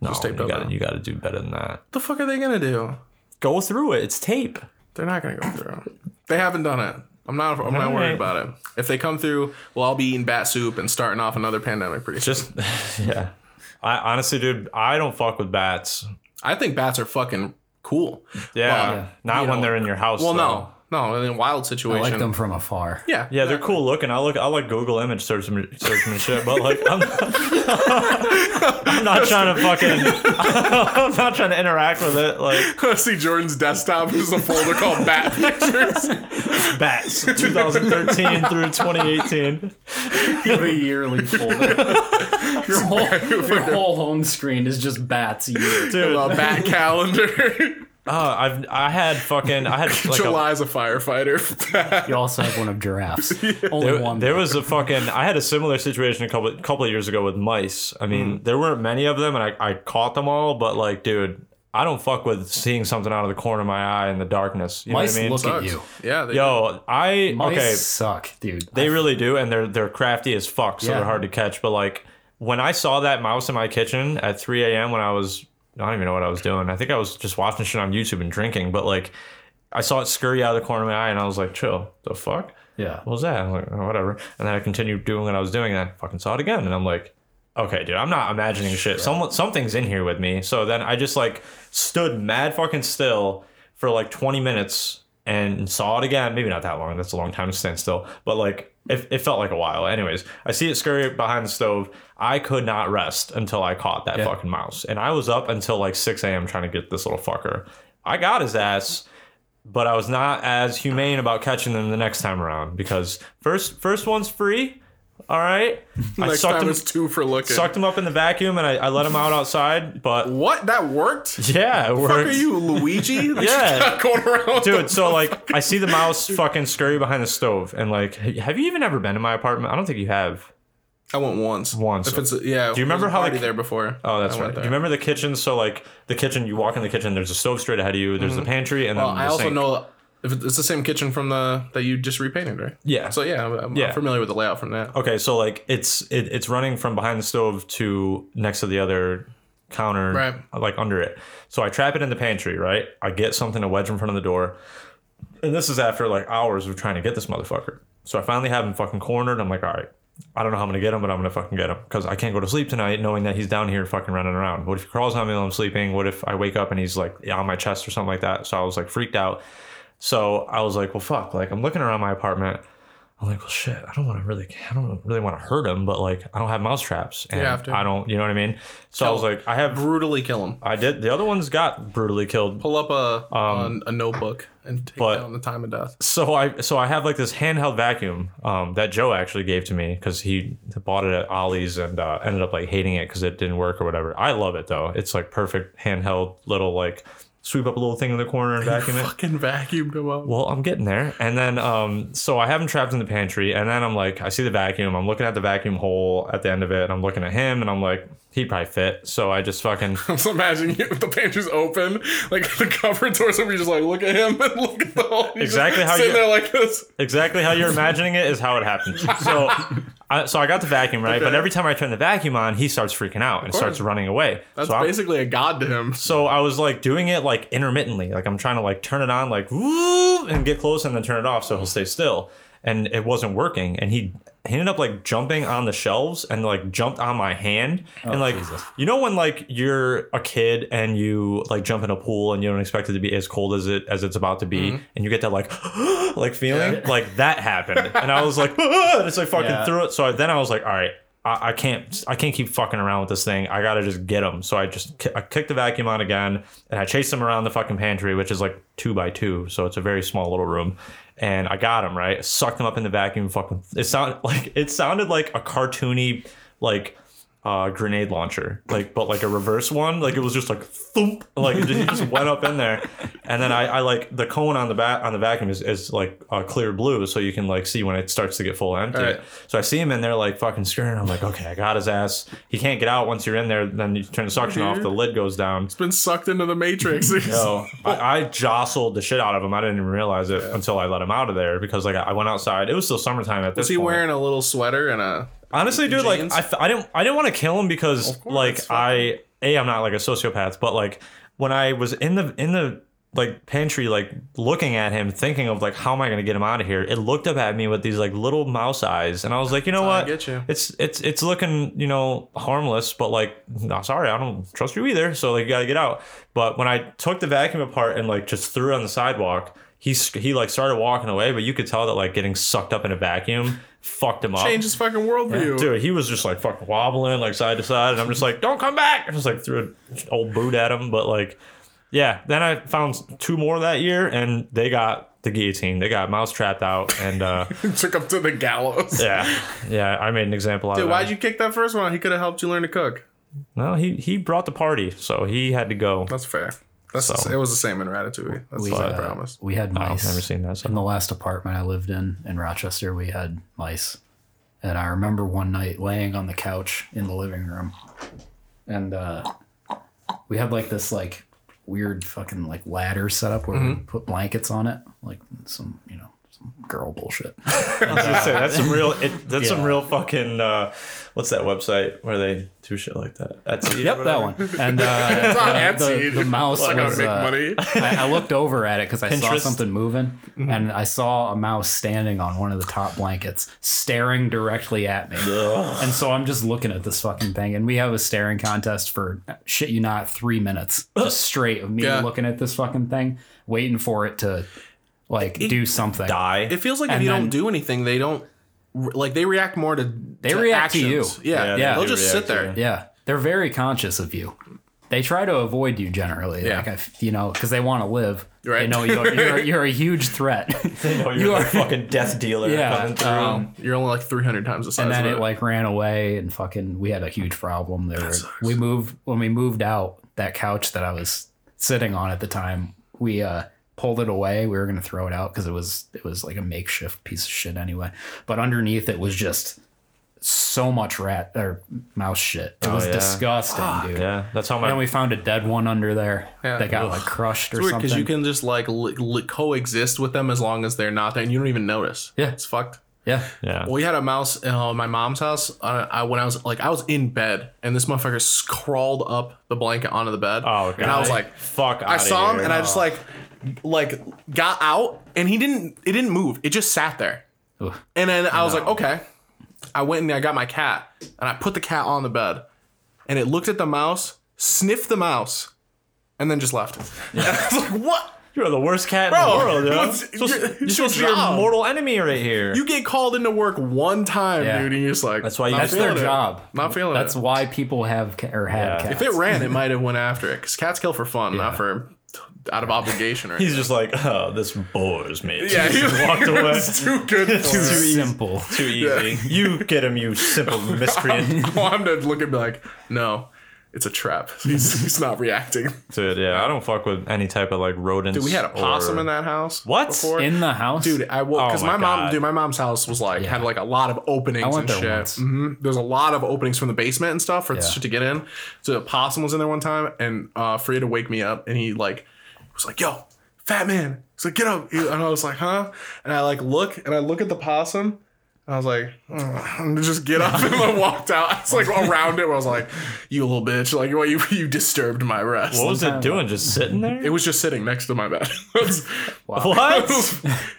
Speaker 2: No,
Speaker 1: Just taped
Speaker 2: you
Speaker 1: up
Speaker 2: gotta
Speaker 1: now.
Speaker 2: you gotta do better than that.
Speaker 1: What the fuck are they gonna do?
Speaker 2: Go through it. It's tape.
Speaker 1: They're not gonna go through. They haven't done it. I'm not. I'm not worried
Speaker 2: Alright.
Speaker 1: about it. If they come through, well, I'll be eating bat soup and starting off another pandemic pretty soon.
Speaker 2: Just yeah. I honestly, dude, I don't fuck with bats.
Speaker 1: I think bats are fucking cool.
Speaker 2: Yeah,
Speaker 1: Well,
Speaker 2: not
Speaker 1: you
Speaker 2: when
Speaker 1: know.
Speaker 2: they're in your house.
Speaker 1: Well,
Speaker 2: though.
Speaker 1: no, no, in a wild
Speaker 5: I
Speaker 1: situation.
Speaker 5: like them from afar.
Speaker 1: Yeah,
Speaker 2: Yeah, they're cool looking. I look, I like Google image search them, search them and shit. But like, I'm, I'm not trying to fucking, I'm not trying to interact with it. Like
Speaker 1: I see Jordan's desktop is a folder called bat pictures.
Speaker 2: bats, 2013 through 2018.
Speaker 5: the yearly folder. your, whole, your whole home screen is just bats. a year.
Speaker 2: Dude,
Speaker 1: A
Speaker 2: uh,
Speaker 1: bat calendar.
Speaker 2: I've I had fucking, I had like a,
Speaker 1: July's a firefighter.
Speaker 5: You also have one of giraffes. Only
Speaker 2: there,
Speaker 5: one.
Speaker 2: there was a fucking, I had a similar situation a couple couple of years ago with mice. I mean, there weren't many of them, and I I caught them all. But like, dude. I don't fuck with seeing something out of the corner of my eye in the darkness. You
Speaker 5: Mice
Speaker 2: know what
Speaker 5: look
Speaker 2: I
Speaker 5: at
Speaker 1: Sucks.
Speaker 5: you.
Speaker 1: Yeah. They,
Speaker 2: mean? Yo, I
Speaker 5: Mice
Speaker 2: okay.
Speaker 5: suck, dude.
Speaker 2: They really do, and they're they're crafty as fuck, so
Speaker 5: Yeah.
Speaker 2: they're hard to catch. But like when I saw that mouse in my kitchen at 3 a.m. when I was I don't even know what I was doing. I think I was just watching shit on YouTube and drinking. But like I saw it scurry out of the corner of my eye, and I was like, "Chill, the fuck."
Speaker 5: yeah.
Speaker 2: what was that? I was like, oh, whatever. And then I continued doing what I was doing, and I fucking saw it again. And I'm like, okay, dude, I'm not imagining shit. Some, something's in here with me. So then I just like stood mad fucking still for like 20 minutes and saw it again. Maybe not that long. That's a long time to stand still. But like, it, it felt like a while. Anyways, I see it scurry behind the stove. I could not rest until I caught that fucking mouse. And I was up until like 6 a.m. trying to get this little fucker. I got his ass but I was not as humane about catching them the next time around because first first one's free. All right, I
Speaker 1: next
Speaker 2: sucked
Speaker 1: time
Speaker 2: him,
Speaker 1: it's two for looking.
Speaker 2: sucked him up in the vacuum and I, I let him out outside. But
Speaker 1: What? That worked?
Speaker 2: yeah, it
Speaker 1: Fuck
Speaker 2: worked.
Speaker 1: are you, Luigi? Like,
Speaker 2: Yeah.
Speaker 1: going around.
Speaker 2: Dude, so like I see the mouse fucking scurry behind the stove and like have you even ever been in my apartment? I don't think you have.
Speaker 1: I went once.
Speaker 2: Once.
Speaker 1: If it's a, yeah.
Speaker 2: Do you
Speaker 1: there's
Speaker 2: remember
Speaker 1: a
Speaker 2: how,
Speaker 1: party
Speaker 2: like-
Speaker 1: there before?
Speaker 2: Oh, that's
Speaker 1: I
Speaker 2: right.
Speaker 1: went
Speaker 2: Do
Speaker 1: there.
Speaker 2: you remember the kitchen? So like the kitchen, you walk in the kitchen, there's a stove straight ahead of you, there's the pantry, and
Speaker 1: Mm-hmm. Well,
Speaker 2: then the
Speaker 1: I also
Speaker 2: sink.
Speaker 1: know if it's the same kitchen from the that you just repainted, right?
Speaker 2: Yeah.
Speaker 1: So yeah, I'm, I'm
Speaker 2: Yeah.
Speaker 1: familiar with the layout from that.
Speaker 2: Okay, so like it's it, it's running from behind the stove to next to the other counter,
Speaker 1: Right.
Speaker 2: like under it. So I trap it in the pantry, right? I get something to wedge in front of the door, and this is after like hours of trying to get this motherfucker. So I finally have him fucking cornered. I'm like, all right, I don't know how I'm gonna get him, but I'm gonna fucking get him because I can't go to sleep tonight knowing that he's down here fucking running around. What if he crawls on me while I'm sleeping? What if I wake up and he's like on my chest or something like that? So I was like freaked out. So I was like, well, fuck. Like I'm looking around my apartment. I'm like, well, shit. I don't want to really, I don't really want to hurt him, but like, I don't have mouse traps, and
Speaker 1: have to.
Speaker 2: I don't, you know what I mean. So I was like, I have,
Speaker 1: Brutally kill him.
Speaker 2: I did. The other ones got brutally killed.
Speaker 1: Pull up a a, a notebook and take
Speaker 2: Um, but-
Speaker 1: down the time of death.
Speaker 2: So I, so I have like this handheld vacuum um, that Joe actually gave to me because he bought it at Ollie's and uh, ended up like hating it because it didn't work or whatever. I love it though. It's like perfect handheld little like sweep up a little thing in the corner and vacuum it.
Speaker 1: Fucking vacuumed him up.
Speaker 2: Well, I'm getting there. And then, um, so I have him trapped in the pantry, and then I'm like, I see the vacuum. I'm looking at the vacuum hole at the end of it, and I'm looking at him, and I'm like, he'd probably fit. So I just fucking.
Speaker 1: I'm just imagining you, the pantry's open, like the cupboard doors open. You just like look at him and look at the whole. he's
Speaker 2: Exactly
Speaker 1: just
Speaker 2: how
Speaker 1: sitting
Speaker 2: you-
Speaker 1: there like this.
Speaker 2: exactly how you're imagining it is how it happened. So, I, so I got the vacuum right, but
Speaker 1: Okay.
Speaker 2: every time I turn the vacuum on, he starts freaking out and starts running away.
Speaker 1: That's
Speaker 2: so I'm-
Speaker 1: basically a god to him.
Speaker 2: So I was like doing it like intermittently. Like I'm trying to like turn it on, like woo, and get close, and then turn it off so he'll stay still. And it wasn't working. And he he ended up like jumping on the shelves and like jumped on my hand. and like you know when like you're a kid and you like jump in a pool and you don't expect it to be as cold as it as it's about to be, and you get that like like feeling like that happened. And I was like, and it's like fucking
Speaker 5: Yeah.
Speaker 2: threw it. So I, then I was like, all right, I, I can't I can't keep fucking around with this thing. I gotta just get him. So I just ki- I kicked the vacuum on again and I chased him around the fucking pantry, which is like two by two, so it's a very small little room. And I got him right, sucked him up in the vacuum. Fucking it sounded like it sounded like a cartoony like. Uh, grenade launcher, like but like a reverse one, like it was just like thump, like it just, it just went up in there, and then I, I like the cone on the back on the vacuum is, is like uh, clear blue, so you can like see when it starts to get full empty.
Speaker 1: All right.
Speaker 2: So I see him in there like fucking scurrying. I'm like, okay, I got his ass. He can't get out once you're in there. Then you turn the suction
Speaker 1: Mm-hmm.
Speaker 2: off, the lid goes down.
Speaker 1: Been sucked into the matrix.
Speaker 2: So I, I jostled the shit out of him. I didn't even realize it until I let him out of there because like I I went outside. It was still summertime at this
Speaker 1: Was he
Speaker 2: point.
Speaker 1: wearing a little sweater and a?
Speaker 2: Honestly, dude, like
Speaker 1: jeans?
Speaker 2: I, f- I didn't I didn't want to kill him because
Speaker 1: course,
Speaker 2: like
Speaker 1: fuck
Speaker 2: I a I'm not like a sociopath, but like when I was in the in the like pantry, like looking at him, thinking of like how am I gonna get him out of here? It looked up at me with these like little mouse eyes, and I was like, you know
Speaker 1: I
Speaker 2: what?
Speaker 1: get you.
Speaker 2: It's it's it's looking you know harmless, but like no, sorry, I don't trust you either. So like you gotta get out. But when I took the vacuum apart and like just threw it on the sidewalk. He, sc- he like started walking away, but you could tell that like getting sucked up in a vacuum fucked him up.
Speaker 1: Change his fucking worldview.
Speaker 2: Dude, he was just like fucking wobbling like side to side, and I'm just like, "Don't come back!" I just like threw an old boot at him, but like, yeah. Then I found two more that year, and they got the guillotine. They got mouse trapped out, and uh,
Speaker 1: Took him to the gallows.
Speaker 2: yeah, yeah. I made an example out
Speaker 1: Dude,
Speaker 2: of
Speaker 1: why'd you kick that first one? He could have helped you learn to cook.
Speaker 2: No, he he brought the party, so he had to go.
Speaker 1: That's fair. That's
Speaker 2: So-
Speaker 1: it was the same in Ratatouille. That's
Speaker 5: We,
Speaker 1: what I
Speaker 5: uh,
Speaker 1: promise.
Speaker 5: we had mice.
Speaker 2: I've never seen that.
Speaker 5: in
Speaker 2: So.
Speaker 5: the last apartment I lived in in Rochester, we had mice. And I remember one night laying on the couch in the living room. And uh, we had like this like weird fucking like ladder setup where we put blankets on it, like some you know some girl bullshit.
Speaker 2: Just say, that's some real. It, that's some real fucking. Uh, what's that website where they do shit like that? That's
Speaker 5: Yep, that one. And uh,
Speaker 1: on
Speaker 5: uh, the,
Speaker 1: Etsy.
Speaker 5: the mouse
Speaker 1: Like, I
Speaker 5: was.
Speaker 1: make
Speaker 5: uh,
Speaker 1: money.
Speaker 5: I, I looked over at it because I saw
Speaker 2: Pinterest.
Speaker 5: something moving,
Speaker 1: Mm-hmm.
Speaker 5: and I saw a mouse standing on one of the top blankets, staring directly at me. And so I'm just looking at this fucking thing, and we have a staring contest for shit you not three minutes just straight of me
Speaker 1: Yeah.
Speaker 5: looking at this fucking thing, waiting for it to like do something.
Speaker 2: die.
Speaker 1: It feels like if
Speaker 5: And
Speaker 1: you
Speaker 5: then-
Speaker 1: don't do anything, they don't re- like they react more to they
Speaker 5: react to you.
Speaker 1: Yeah,
Speaker 2: Yeah,
Speaker 5: Yeah.
Speaker 1: They'll
Speaker 5: they
Speaker 1: just
Speaker 2: react
Speaker 1: sit
Speaker 2: to
Speaker 1: there.
Speaker 2: you.
Speaker 5: Yeah, they're very conscious of you. They try to avoid you generally,
Speaker 1: Yeah.
Speaker 5: like I, you know, because they want to live. They
Speaker 1: Right.
Speaker 5: know you're, you're, you're a huge threat.
Speaker 2: Oh, you're
Speaker 5: You
Speaker 2: the
Speaker 5: are-
Speaker 2: fucking death dealer.
Speaker 5: Yeah,
Speaker 2: coming through.
Speaker 1: Um, you're only like 300 times the size.
Speaker 5: and then
Speaker 1: of
Speaker 5: it like ran away and fucking we had a huge problem there we moved when we moved out that couch that i was sitting on at the time we uh pulled it away we were going to throw it out because it was it was like a makeshift piece of shit anyway but underneath it was just so much rat or mouse shit it was
Speaker 2: Oh, yeah.
Speaker 5: disgusting dude
Speaker 2: yeah, that's how
Speaker 5: and
Speaker 2: my.
Speaker 5: then we found a dead one under there
Speaker 1: Yeah.
Speaker 5: that got
Speaker 1: Ugh.
Speaker 5: like crushed or
Speaker 1: it's weird
Speaker 5: something
Speaker 1: because you can just like li- li- coexist with them as long as they're not there, and you don't even notice.
Speaker 5: Yeah.
Speaker 1: it's fucked.
Speaker 5: yeah
Speaker 2: yeah.
Speaker 1: We had a mouse uh, in my mom's house. Uh, I, when I was like, I was in bed, and this motherfucker s- crawled up the blanket onto the bed.
Speaker 2: Oh god.
Speaker 1: And I was like,
Speaker 2: fuck.
Speaker 1: I
Speaker 2: outta
Speaker 1: saw him,
Speaker 2: here.
Speaker 1: and I just like, like got out, and he didn't. It didn't move. It just sat there.
Speaker 5: Ugh.
Speaker 1: And then I was like, okay. I went and I got my cat, and I put the cat on the bed, and it looked at the mouse, sniffed the mouse, and then just left. I was like, what?
Speaker 2: You're the worst cat
Speaker 1: Bro,
Speaker 2: in the world,
Speaker 1: what's-
Speaker 2: dude. You're
Speaker 1: you're-
Speaker 2: supposed, you're
Speaker 1: it's
Speaker 2: supposed to be
Speaker 1: your
Speaker 2: your
Speaker 1: job.
Speaker 2: mortal enemy right here.
Speaker 1: You get called into work one time,
Speaker 5: Yeah.
Speaker 1: dude, and you're just like,
Speaker 2: That's why you
Speaker 1: not
Speaker 2: just-
Speaker 5: that's their
Speaker 1: feeling it.
Speaker 5: job
Speaker 1: Not feeling
Speaker 5: that's
Speaker 1: it.
Speaker 5: why people have ca- or had
Speaker 2: Yeah.
Speaker 5: cats
Speaker 1: If it ran, it might have went after it because cats kill for fun, not for out of obligation or
Speaker 2: He's just like, oh, this bores me.
Speaker 1: Yeah,
Speaker 2: he
Speaker 1: he
Speaker 2: just walked away.
Speaker 1: It's too good for
Speaker 5: It's
Speaker 1: it.
Speaker 5: simple
Speaker 2: Too easy. You get him, you simple miscreant.
Speaker 1: I want him to look and be like, no, it's a trap. He's, he's not reacting.
Speaker 2: Dude, yeah, I don't fuck with any type of like rodents.
Speaker 1: Dude, we had a possum in that house.
Speaker 2: What?
Speaker 1: Before.
Speaker 5: in the house
Speaker 1: Dude, I woke because
Speaker 2: Oh
Speaker 1: my,
Speaker 2: my
Speaker 1: mom,
Speaker 2: God.
Speaker 1: dude, my mom's house was like had like a lot of openings
Speaker 5: I went
Speaker 1: and
Speaker 5: there
Speaker 1: shit.
Speaker 5: once.
Speaker 1: Mhm. There's a lot of openings from the basement and stuff for
Speaker 5: Yeah.
Speaker 1: shit to get in. So a possum was in there one time, and uh, Freya to wake me up, and he like was like, "Yo, fat man," he's like, "Get up," He- and I was like, "Huh?" And I like look, and I look at the possum. and I was like, "Ugh," and just get up and I walked out. I was like around it. Where I was like, you little bitch, like what you you disturbed my rest.
Speaker 2: What was it doing? Just sitting there?
Speaker 1: It was just sitting next to my bed.
Speaker 2: what?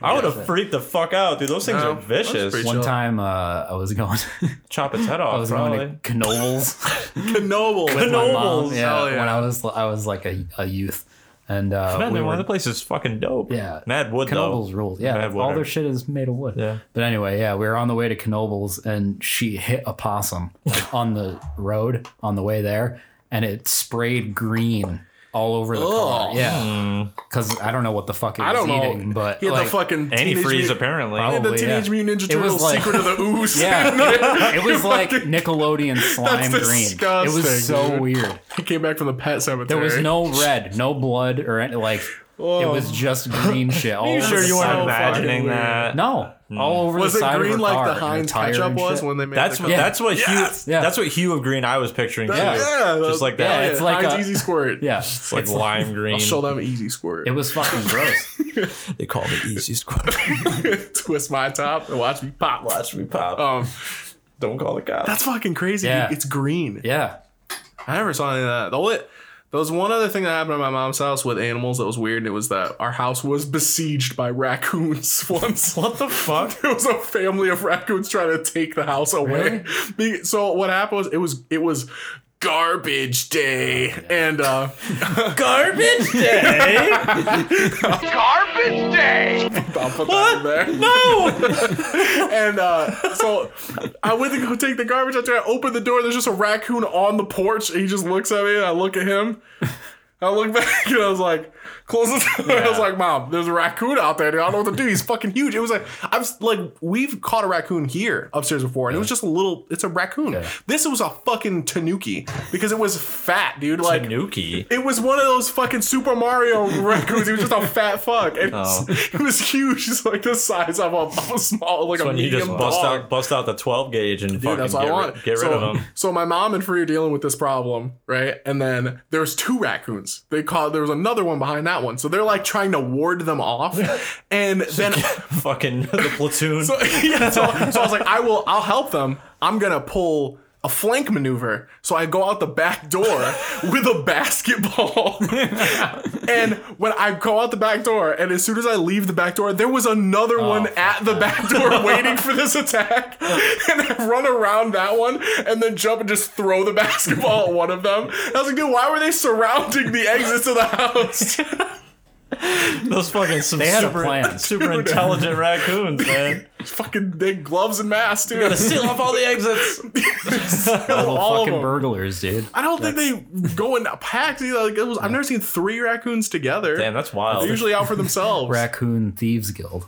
Speaker 2: I would have freaked the fuck out, dude. Those things
Speaker 1: No,
Speaker 2: are vicious.
Speaker 1: that's pretty-
Speaker 5: One
Speaker 1: Chill.
Speaker 5: time, uh, I was going,
Speaker 2: Chop its head
Speaker 5: I
Speaker 2: off,
Speaker 5: was
Speaker 2: Oh, probably.
Speaker 5: going to Knobles.
Speaker 1: Noble.
Speaker 2: Knobles.
Speaker 5: yeah,
Speaker 1: hell
Speaker 5: when
Speaker 1: yeah.
Speaker 5: I was, I was like a, a youth, and uh,
Speaker 2: Man,
Speaker 5: we
Speaker 2: one of the
Speaker 5: were,
Speaker 2: places is fucking dope.
Speaker 5: Yeah.
Speaker 2: Mad wood
Speaker 5: Knobles
Speaker 2: though.
Speaker 5: rules. Yeah,
Speaker 2: Mad wood
Speaker 5: all
Speaker 2: are-
Speaker 5: their shit is made of wood.
Speaker 2: Yeah.
Speaker 5: But anyway, yeah, we were on the way to Knobles, and she hit a possum like, on the road on the way there, and it sprayed green all over the car.
Speaker 1: Ugh.
Speaker 5: Yeah,
Speaker 2: Mm,
Speaker 5: because I don't know what the fuck it was
Speaker 1: I don't know.
Speaker 5: eating, but
Speaker 1: he had
Speaker 5: like,
Speaker 1: the fucking
Speaker 2: Antifreeze,
Speaker 1: teenage-
Speaker 2: apparently.
Speaker 1: He had the
Speaker 5: Probably,
Speaker 1: Teenage
Speaker 5: yeah.
Speaker 1: Mutant Ninja
Speaker 5: It was
Speaker 1: Turtles
Speaker 5: like-
Speaker 1: Secret of the Ooze.
Speaker 5: Yeah, it was like Nickelodeon slime
Speaker 1: That's
Speaker 5: green. It
Speaker 1: disgusting,
Speaker 5: was so
Speaker 1: dude.
Speaker 5: weird.
Speaker 1: he came back from the pet
Speaker 5: There
Speaker 1: cemetery.
Speaker 5: was no red, no blood, or any, like it was just green shit. All
Speaker 1: you
Speaker 5: over
Speaker 1: sure
Speaker 5: the
Speaker 1: you
Speaker 5: side
Speaker 1: weren't
Speaker 5: of the car.
Speaker 1: imagining
Speaker 2: imagining that.
Speaker 1: that?
Speaker 5: No,
Speaker 2: Hmm.
Speaker 5: all over
Speaker 1: Was
Speaker 5: the
Speaker 1: it
Speaker 5: side
Speaker 1: green
Speaker 5: of her
Speaker 1: like
Speaker 5: car,
Speaker 1: the
Speaker 5: and her
Speaker 1: Heinz
Speaker 5: tire
Speaker 1: ketchup
Speaker 5: and
Speaker 1: was
Speaker 5: shit.
Speaker 1: when they made
Speaker 2: That's
Speaker 1: the
Speaker 2: what that's what hue
Speaker 5: Yeah.
Speaker 2: that's what hue of green I was picturing
Speaker 1: Yeah,
Speaker 2: too.
Speaker 1: yeah,
Speaker 2: just like
Speaker 5: yeah,
Speaker 2: that.
Speaker 5: it's like
Speaker 1: Heinz
Speaker 5: a-
Speaker 1: Easy Squirt.
Speaker 5: Yeah,
Speaker 2: It's like lime green.
Speaker 1: I'll show them Easy Squirt.
Speaker 5: it was fucking gross.
Speaker 2: They call me Easy Squad.
Speaker 1: Twist my top and watch me pop.
Speaker 2: Watch me pop.
Speaker 1: Um,
Speaker 2: Don't call the cops.
Speaker 1: that's fucking crazy.
Speaker 5: Yeah.
Speaker 1: dude. It's green.
Speaker 5: Yeah,
Speaker 1: I never saw any of that. The only there was one other thing that happened at my mom's house with animals that was weird, and it was that our house was besieged by raccoons once.
Speaker 2: what the fuck?
Speaker 1: It was a family of raccoons trying to take the house away. Be- So what happened was it was it was garbage day,
Speaker 2: Oh,
Speaker 1: and uh,
Speaker 2: Garbage day.
Speaker 7: Garbage day!
Speaker 1: I'll put that in there.
Speaker 2: no.
Speaker 1: And uh, so I went to go take the garbage out there. I open the door. There's just a raccoon on the porch. And he just looks at me. And I look at him. I look back and I was like, close the door. I was like, Mom, there's a raccoon out there. Dude. I don't know what to do. He's fucking huge. It was like, I was like, we've caught a raccoon here upstairs before. And it was just a little, it's a raccoon. This was a fucking tanuki because it was fat, dude. Like,
Speaker 2: Tanuki.
Speaker 1: it was one of those fucking Super Mario raccoons. He was just a fat fuck. And
Speaker 2: Oh.
Speaker 1: It was huge. It's like the size of a, of a small, like a
Speaker 2: When you
Speaker 1: medium
Speaker 2: just bust
Speaker 1: dog.
Speaker 2: out bust out the twelve gauge and
Speaker 1: Dude,
Speaker 2: fucking
Speaker 1: that's
Speaker 2: get,
Speaker 1: what I
Speaker 2: ri-
Speaker 1: wanted.
Speaker 2: get rid
Speaker 1: so,
Speaker 2: of them.
Speaker 1: So my mom and Free are dealing with this problem, right? And then there's two raccoons. messages. They called. There was another one behind that one, so they're like trying to ward them off. And then,
Speaker 2: Fucking the platoon.
Speaker 1: so, yeah, so, so I was like, I will. I'll help them. I'm gonna pull a flank maneuver. So I go out the back door with a basketball. and when I go out the back door, and as soon as I leave the back door, there was another one at the back door waiting for this attack. And I run around that one and then jump and just throw the basketball at one of them. And I was like, dude, why were they surrounding the exits of the house?
Speaker 2: Those fucking some
Speaker 5: They had a
Speaker 2: super,
Speaker 5: plan.
Speaker 2: super intelligent raccoons, man.
Speaker 1: Fucking big gloves and masks, dude.
Speaker 2: Seal off all the exits.
Speaker 1: Kill all of
Speaker 5: fucking
Speaker 1: them.
Speaker 5: burglars, dude.
Speaker 1: I don't think they go in packs either. Like it was, I've never seen three raccoons together.
Speaker 2: Damn, that's wild.
Speaker 1: They're usually out for themselves.
Speaker 5: Raccoon Thieves Guild.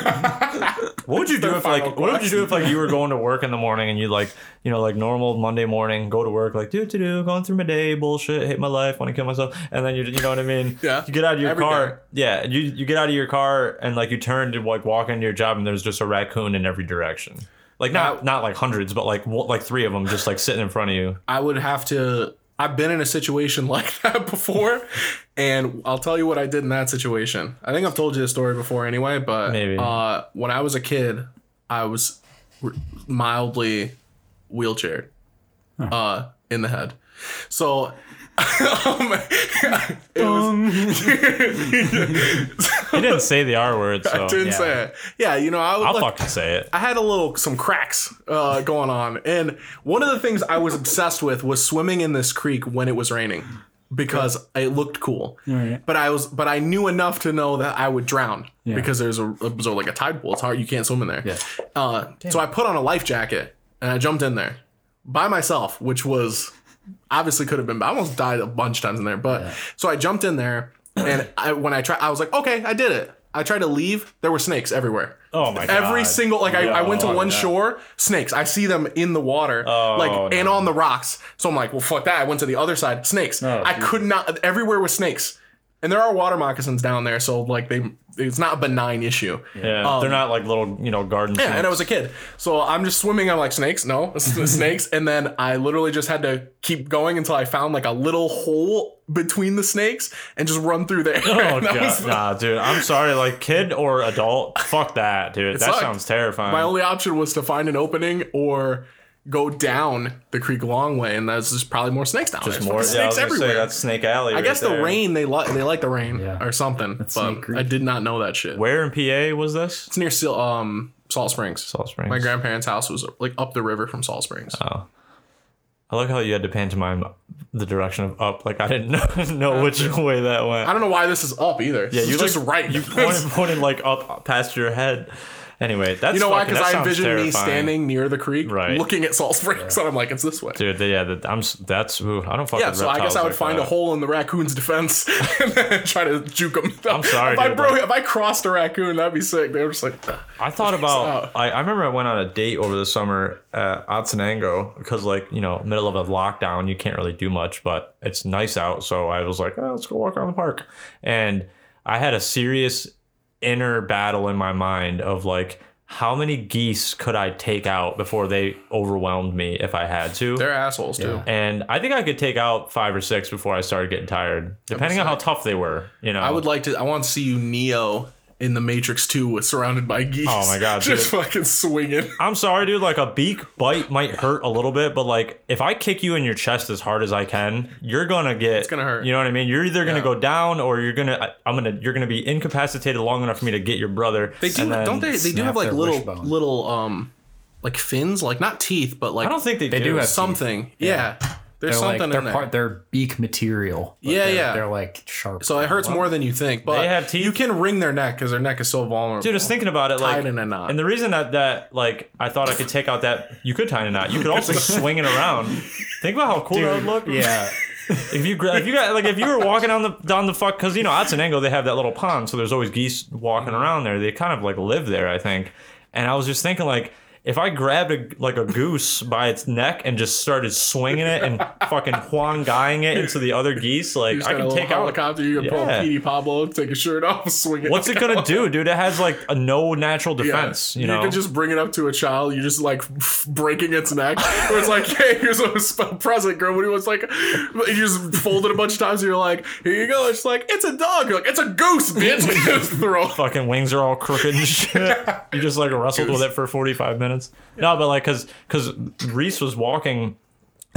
Speaker 2: what would you do
Speaker 1: their
Speaker 2: if like
Speaker 1: final
Speaker 2: what would you do if like you were going to work in the morning and you like you know like normal Monday morning go to work like do do do going through my day bullshit hate my life want to kill myself and then you you know what I mean
Speaker 1: Yeah.
Speaker 2: you get out of your
Speaker 1: Every
Speaker 2: car
Speaker 1: day.
Speaker 2: yeah you you get out of your car and like you turn to like walk into your job and there's just a raccoon in every direction like not not like hundreds but like one- like three of them just like sitting in front of you
Speaker 1: I would have to. I've been in a situation like that before, and I'll tell you what I did in that situation. I think I've told you this story before anyway, but
Speaker 2: Maybe.
Speaker 1: Uh, when I was a kid, I was r- mildly wheelchaired uh, in the head. So, um, it was,
Speaker 2: he didn't say the R word so
Speaker 1: I didn't say it. Yeah, you know, I would
Speaker 2: I'll
Speaker 1: like,
Speaker 2: fucking say it
Speaker 1: I had a little some cracks uh, going on, and one of the things I was obsessed with was swimming in this creek when it was raining because it looked cool. But I was, but I knew enough to know that I would drown because there's a it was like a tide pool. It's hard you can't swim in there.
Speaker 5: Yeah.
Speaker 1: Uh, so I put on a life jacket and I jumped in there by myself, which was obviously could have been. I almost died a bunch of times in there, but so I jumped in there, and I when I tried, I was like, okay, I did it. I tried to leave. There were snakes everywhere.
Speaker 2: oh my god
Speaker 1: Every single like I, I went to
Speaker 2: Oh, Yeah. Oh,
Speaker 1: one shore, snakes. I see them in the water, like and on the rocks. So I'm like, well, fuck that. I went to the other side, snakes.
Speaker 2: Oh,
Speaker 1: I could not. Everywhere was snakes, and there are water moccasins down there. So like they, it's not a benign issue.
Speaker 2: yeah they're not like little you know garden
Speaker 1: um Yeah, and I
Speaker 2: snakes.
Speaker 1: was a kid, so I'm just swimming. I'm like snakes, no s- snakes, and then I literally just had to keep going until I found like a little hole between the snakes and just run through there.
Speaker 2: Oh
Speaker 1: And that was
Speaker 2: god, nah, dude. I'm sorry, like kid or adult, fuck that, dude. that
Speaker 1: sucked.
Speaker 2: sounds terrifying.
Speaker 1: My only option was to find an opening or go down the creek a long way, and that's just probably more snakes down
Speaker 2: Just
Speaker 1: there.
Speaker 2: more
Speaker 1: Fucking snakes
Speaker 2: yeah, I was gonna say,
Speaker 1: everywhere.
Speaker 2: that's Snake Alley.
Speaker 1: I
Speaker 2: right
Speaker 1: guess the
Speaker 2: there.
Speaker 1: rain they like they like the rain
Speaker 5: Yeah.
Speaker 1: or something.
Speaker 5: Snake
Speaker 1: but
Speaker 5: Creek.
Speaker 1: I did not know that shit.
Speaker 2: Where in PA was this?
Speaker 1: It's near Seal, um Salt Springs.
Speaker 2: Salt Springs. Oh.
Speaker 1: My grandparents' house was like up the river from Salt Springs.
Speaker 2: I like how you had to pantomime the direction of up. Like I didn't know, know which way that went.
Speaker 1: Uh, I don't know why this is up either. Yeah,
Speaker 2: you
Speaker 1: you're just
Speaker 2: like-
Speaker 1: right.
Speaker 2: You pointed, pointed like up past your head. Anyway, that's
Speaker 1: You know why?
Speaker 2: fucking-
Speaker 1: Because I
Speaker 2: that sounds
Speaker 1: envisioned me
Speaker 2: terrifying.
Speaker 1: standing near the creek,
Speaker 2: Right.
Speaker 1: looking at Salt Springs, and I'm like, it's this way.
Speaker 2: Dude, yeah, that, I'm. s- That's. Ooh, I don't fucking.
Speaker 1: Yeah, so I guess
Speaker 2: reptiles
Speaker 1: I would
Speaker 2: like
Speaker 1: find
Speaker 2: that.
Speaker 1: a hole in the raccoon's defense and then try to juke him. I'm
Speaker 2: sorry,
Speaker 1: If I,
Speaker 2: dude,
Speaker 1: bro-
Speaker 2: but-
Speaker 1: if I crossed a raccoon, that'd be sick. They were just like, "Ugh."
Speaker 2: I thought about. I, I remember I went on a date over the summer at Atsanango because, like, you know, middle of a lockdown, you can't really do much, but it's nice out. So I was like, oh, let's go walk around the park. And I had a serious inner battle in my mind of like, how many geese could I take out before they overwhelmed me if I had to?
Speaker 1: they're assholes too.
Speaker 2: and I think I could take out five or six before I started getting tired, depending on how tough they were. You know,
Speaker 1: I would like to. I want to see you Neo in the Matrix Two, with surrounded by geese.
Speaker 2: Oh my God,
Speaker 1: just fucking swinging.
Speaker 2: I'm sorry, dude. Like a beak bite might hurt a little bit, but like if I kick you in your chest as hard as I can, you're gonna get. It's
Speaker 1: gonna hurt.
Speaker 2: You know what I mean? You're either gonna go down or you're gonna. I, I'm gonna. You're gonna be incapacitated long enough for me to get your brother.
Speaker 1: They do,
Speaker 2: and then-
Speaker 1: don't they? They do
Speaker 5: snap
Speaker 1: have like
Speaker 5: their
Speaker 1: little,
Speaker 5: wishbone.
Speaker 1: little, um, like fins, like not teeth, but like
Speaker 2: I don't think they,
Speaker 5: They do have-
Speaker 1: something. Yeah. there's
Speaker 5: They're
Speaker 1: something
Speaker 5: like they're
Speaker 1: in there.
Speaker 5: part they're beak material. but
Speaker 1: Yeah,
Speaker 5: they're-
Speaker 1: yeah.
Speaker 5: They're like sharp.
Speaker 1: so it hurts more than you think. But
Speaker 2: They have teeth?
Speaker 1: You can wring their neck because their neck is so vulnerable.
Speaker 2: Dude, I was thinking about it, like,
Speaker 1: Tied in a knot.
Speaker 2: and the reason that that like I thought I could take out that you could tie in a knot. You could also swing it around. Think about how cool that would look.
Speaker 5: Yeah.
Speaker 2: If you gra- if you got like if you were walking down the down the fuck because you know Atsanango they have that little pond so there's always geese walking around there they kind of like live there I think and I was just thinking like If I grabbed a, like a goose by its neck and just started swinging it and fucking Huang guying it into the other geese, like
Speaker 1: just got
Speaker 2: I
Speaker 1: a
Speaker 2: can
Speaker 1: little
Speaker 2: take out.
Speaker 1: helicopter. You can pull
Speaker 2: Yeah.
Speaker 1: a Petey Pablo, take his shirt off, swing it.
Speaker 2: What's it gonna do, dude? It has like a no natural defense. You know,
Speaker 1: can just bring it up to a child. You just like f- breaking its neck. Where it's like, hey, here's a sp- present, girl. What do you want? It's like, you just fold it a bunch of times. And you're like, here you go. It's like, it's a dog. You're like, it's a goose, bitch. You just throw.
Speaker 2: fucking wings are all crooked and shit. you just like wrestled with it for 45 minutes. No, but like, cause, cause Reese was walking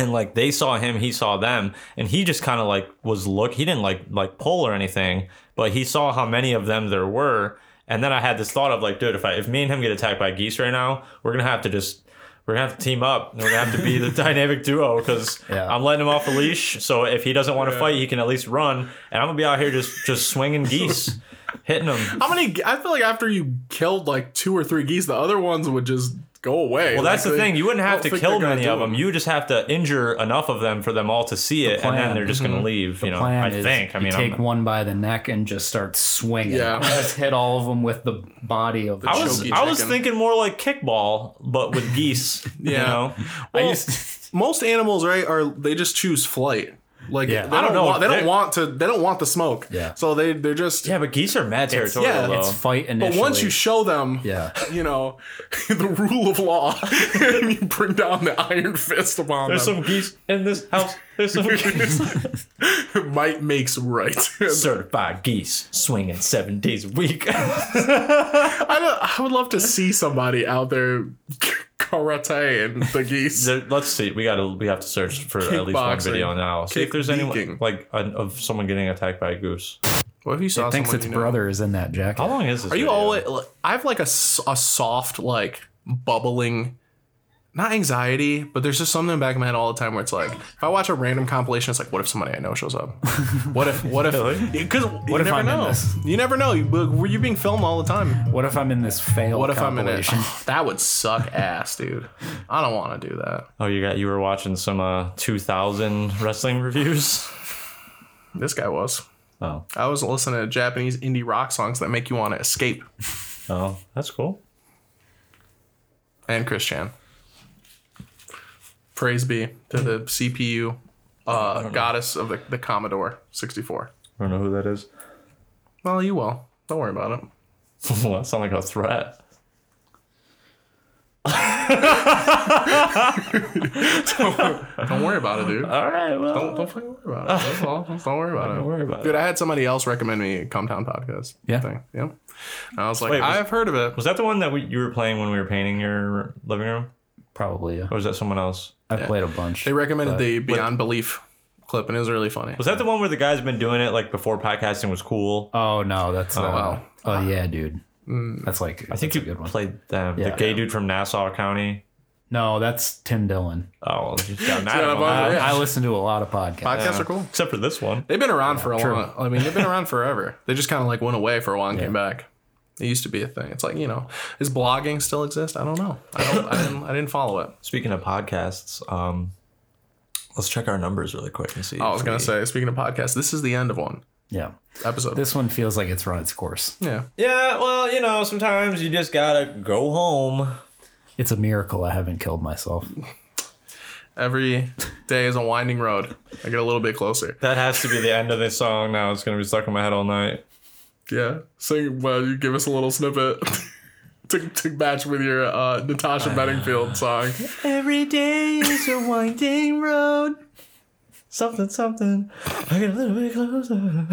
Speaker 2: and like they saw him, he saw them, and he just kind of like was look, he didn't like, like pull or anything, but he saw how many of them there were. And then I had this thought of like, dude, if I, if me and him get attacked by geese right now, we're gonna have to just, we're gonna have to team up. and We're gonna have to be the dynamic duo because
Speaker 5: Yeah.
Speaker 2: I'm letting him off the leash. So if he doesn't want to fight, he can at least run. And I'm gonna be out here just just swinging geese, hitting them.
Speaker 1: How many? I feel like after you killed like two or three geese, the other ones would just go away.
Speaker 2: Well, that's
Speaker 1: Like,
Speaker 2: the
Speaker 1: they-
Speaker 2: thing. You wouldn't
Speaker 1: I
Speaker 2: have
Speaker 1: don't
Speaker 2: to
Speaker 1: think
Speaker 2: kill
Speaker 1: they're Oh, gonna
Speaker 2: many
Speaker 1: do
Speaker 2: of them. You would just have to injure enough of them for them all to see it, and then
Speaker 5: plan.
Speaker 2: they're just going to leave. you know,
Speaker 5: plan
Speaker 2: I
Speaker 5: is
Speaker 2: think. I mean,
Speaker 5: you take
Speaker 2: I'm-
Speaker 5: one by the neck and just start swinging.
Speaker 1: Yeah.
Speaker 5: just hit all of them with the body of the
Speaker 2: I was
Speaker 1: Shogi
Speaker 2: I was
Speaker 1: chicken.
Speaker 2: thinking more like kickball, but with geese.
Speaker 1: Yeah.
Speaker 2: You know,
Speaker 1: Well,
Speaker 2: I used.
Speaker 1: most animals, right, are they just choose flight. Like
Speaker 5: Yeah.
Speaker 1: they
Speaker 5: I
Speaker 1: don't
Speaker 2: don't know.
Speaker 1: want, they don't
Speaker 2: They're-
Speaker 1: want to they don't want the smoke.
Speaker 5: Yeah.
Speaker 1: So they they're just
Speaker 2: Yeah, but geese are mad territorial.
Speaker 1: yeah,
Speaker 2: though.
Speaker 5: It's fight initially.
Speaker 1: But once you show them,
Speaker 5: Yeah.
Speaker 1: you know, the rule of law, and you bring down the iron fist upon
Speaker 2: There's
Speaker 1: them,
Speaker 2: some geese in this house. There's some geese.
Speaker 1: might makes right.
Speaker 2: certified geese swinging seven days a week.
Speaker 1: I, don't, I would love to see somebody out there karate and the geese.
Speaker 2: There- let's see. We gotta. We have to search for at least one
Speaker 1: Kickboxing.
Speaker 2: video now. See if there's anyone
Speaker 1: Kickbeaking.
Speaker 2: like an, of someone getting attacked by a goose.
Speaker 1: what if you saw
Speaker 5: it thinks its brother is in that jacket.
Speaker 2: How long is this?
Speaker 1: Are you
Speaker 2: video?
Speaker 1: always? I have like a, s- a soft like bubbling, not anxiety, but there's just something in the back of my head all the time where it's like, if I watch a random compilation, it's like, what if somebody I know shows up? What if? What if? Because you
Speaker 5: if
Speaker 1: never
Speaker 5: I'm in
Speaker 1: know.
Speaker 5: this?
Speaker 1: You never know. You, were you being filmed all the time?
Speaker 5: What if I'm in this fail?
Speaker 1: What if I'm in it?
Speaker 5: compilation?
Speaker 1: That would suck ass, dude. I don't want to do that.
Speaker 2: Oh, you got you were watching some uh 2000 wrestling reviews.
Speaker 1: This guy was.
Speaker 2: Oh,
Speaker 1: I was listening to Japanese indie rock songs that make you want to escape.
Speaker 2: oh, that's cool.
Speaker 1: and Chris Chan. Praise be to the CPU uh, goddess of the, the Commodore 64.
Speaker 2: I don't know who that is.
Speaker 1: Well, you will. Don't worry about it.
Speaker 2: well, that sounds like a threat.
Speaker 1: Don't worry about it, dude.
Speaker 2: All right, well,
Speaker 1: Don't, don't fucking worry about it. That's all. Just don't worry about it.
Speaker 2: Don't worry about it.
Speaker 1: Dude, I had somebody else recommend me Cometown Podcast.
Speaker 5: Yeah.
Speaker 1: Thing. Yep. And I was like,
Speaker 2: Wait, was-
Speaker 1: I've heard of it.
Speaker 2: was that the one that we, you were playing when we were painting your living room,
Speaker 5: Probably. Yeah.
Speaker 2: or was that someone else?
Speaker 5: I played a bunch.
Speaker 1: They recommended the Beyond Belief clip, and it was really funny.
Speaker 2: Was that the one where the guy's been doing it like before podcasting was cool?
Speaker 5: oh no, that's. uh,
Speaker 1: wow. Mm.
Speaker 5: Oh yeah, dude. That's like.
Speaker 2: I think
Speaker 5: that's
Speaker 2: you
Speaker 5: a good one.
Speaker 2: played them.
Speaker 5: Yeah.
Speaker 2: the gay dude from Nassau County.
Speaker 5: No, that's Tim Dillon.
Speaker 2: Oh, well, he's got
Speaker 1: Yeah,
Speaker 2: mad
Speaker 1: but-
Speaker 2: at
Speaker 5: I,
Speaker 1: Oh, yeah.
Speaker 5: I listen to a lot of podcasts.
Speaker 1: Podcasts are cool.
Speaker 2: Except for this one.
Speaker 1: They've been around for a long. I mean, they've been around forever. They just kind of like went away for a while and came back. It used to be a thing. It's like you know, does blogging still exist? I don't know. I don't. I didn't. I didn't follow it.
Speaker 2: Speaking of podcasts, um, let's check our numbers really quick and see.
Speaker 1: Oh, I
Speaker 2: if
Speaker 1: was gonna
Speaker 2: we-
Speaker 1: say. Speaking of podcasts, this is the end of one
Speaker 5: yeah.
Speaker 1: episode.
Speaker 5: This one feels like it's run its course.
Speaker 1: yeah.
Speaker 2: Yeah, well, you know, sometimes you just gotta go home.
Speaker 5: It's a miracle I haven't killed myself.
Speaker 1: Every day is a winding road. I get a little bit closer.
Speaker 2: That has to be the end of this song now. It's gonna be stuck in my head all night.
Speaker 1: Yeah. Sing. Well, you give us a little snippet. to, to match with your uh, Natasha Bedingfield song.
Speaker 2: Every day is a winding road. Something, something. I get a little bit closer.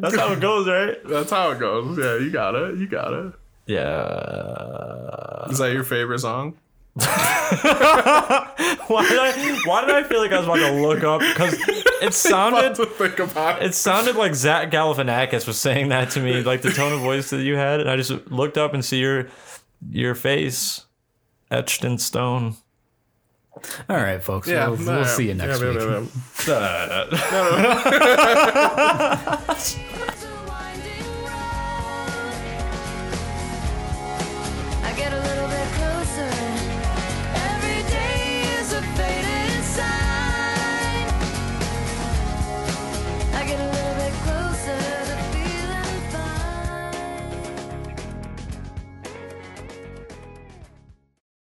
Speaker 2: That's how it goes, right?
Speaker 1: That's how it goes. Yeah, you got it. You got it.
Speaker 2: Yeah.
Speaker 1: Is that your favorite song?
Speaker 2: Why did I? Why did I feel like I was about to look up? Because it sounded.
Speaker 1: to think about.
Speaker 2: It sounded like Zach Galifianakis was saying that to me, like the tone of voice that you had, and I just looked up and see your your face etched in stone.
Speaker 5: All right, folks.
Speaker 1: Yeah,
Speaker 5: we'll, we'll see you next week.
Speaker 1: yeah, yeah.
Speaker 2: Da-da-da.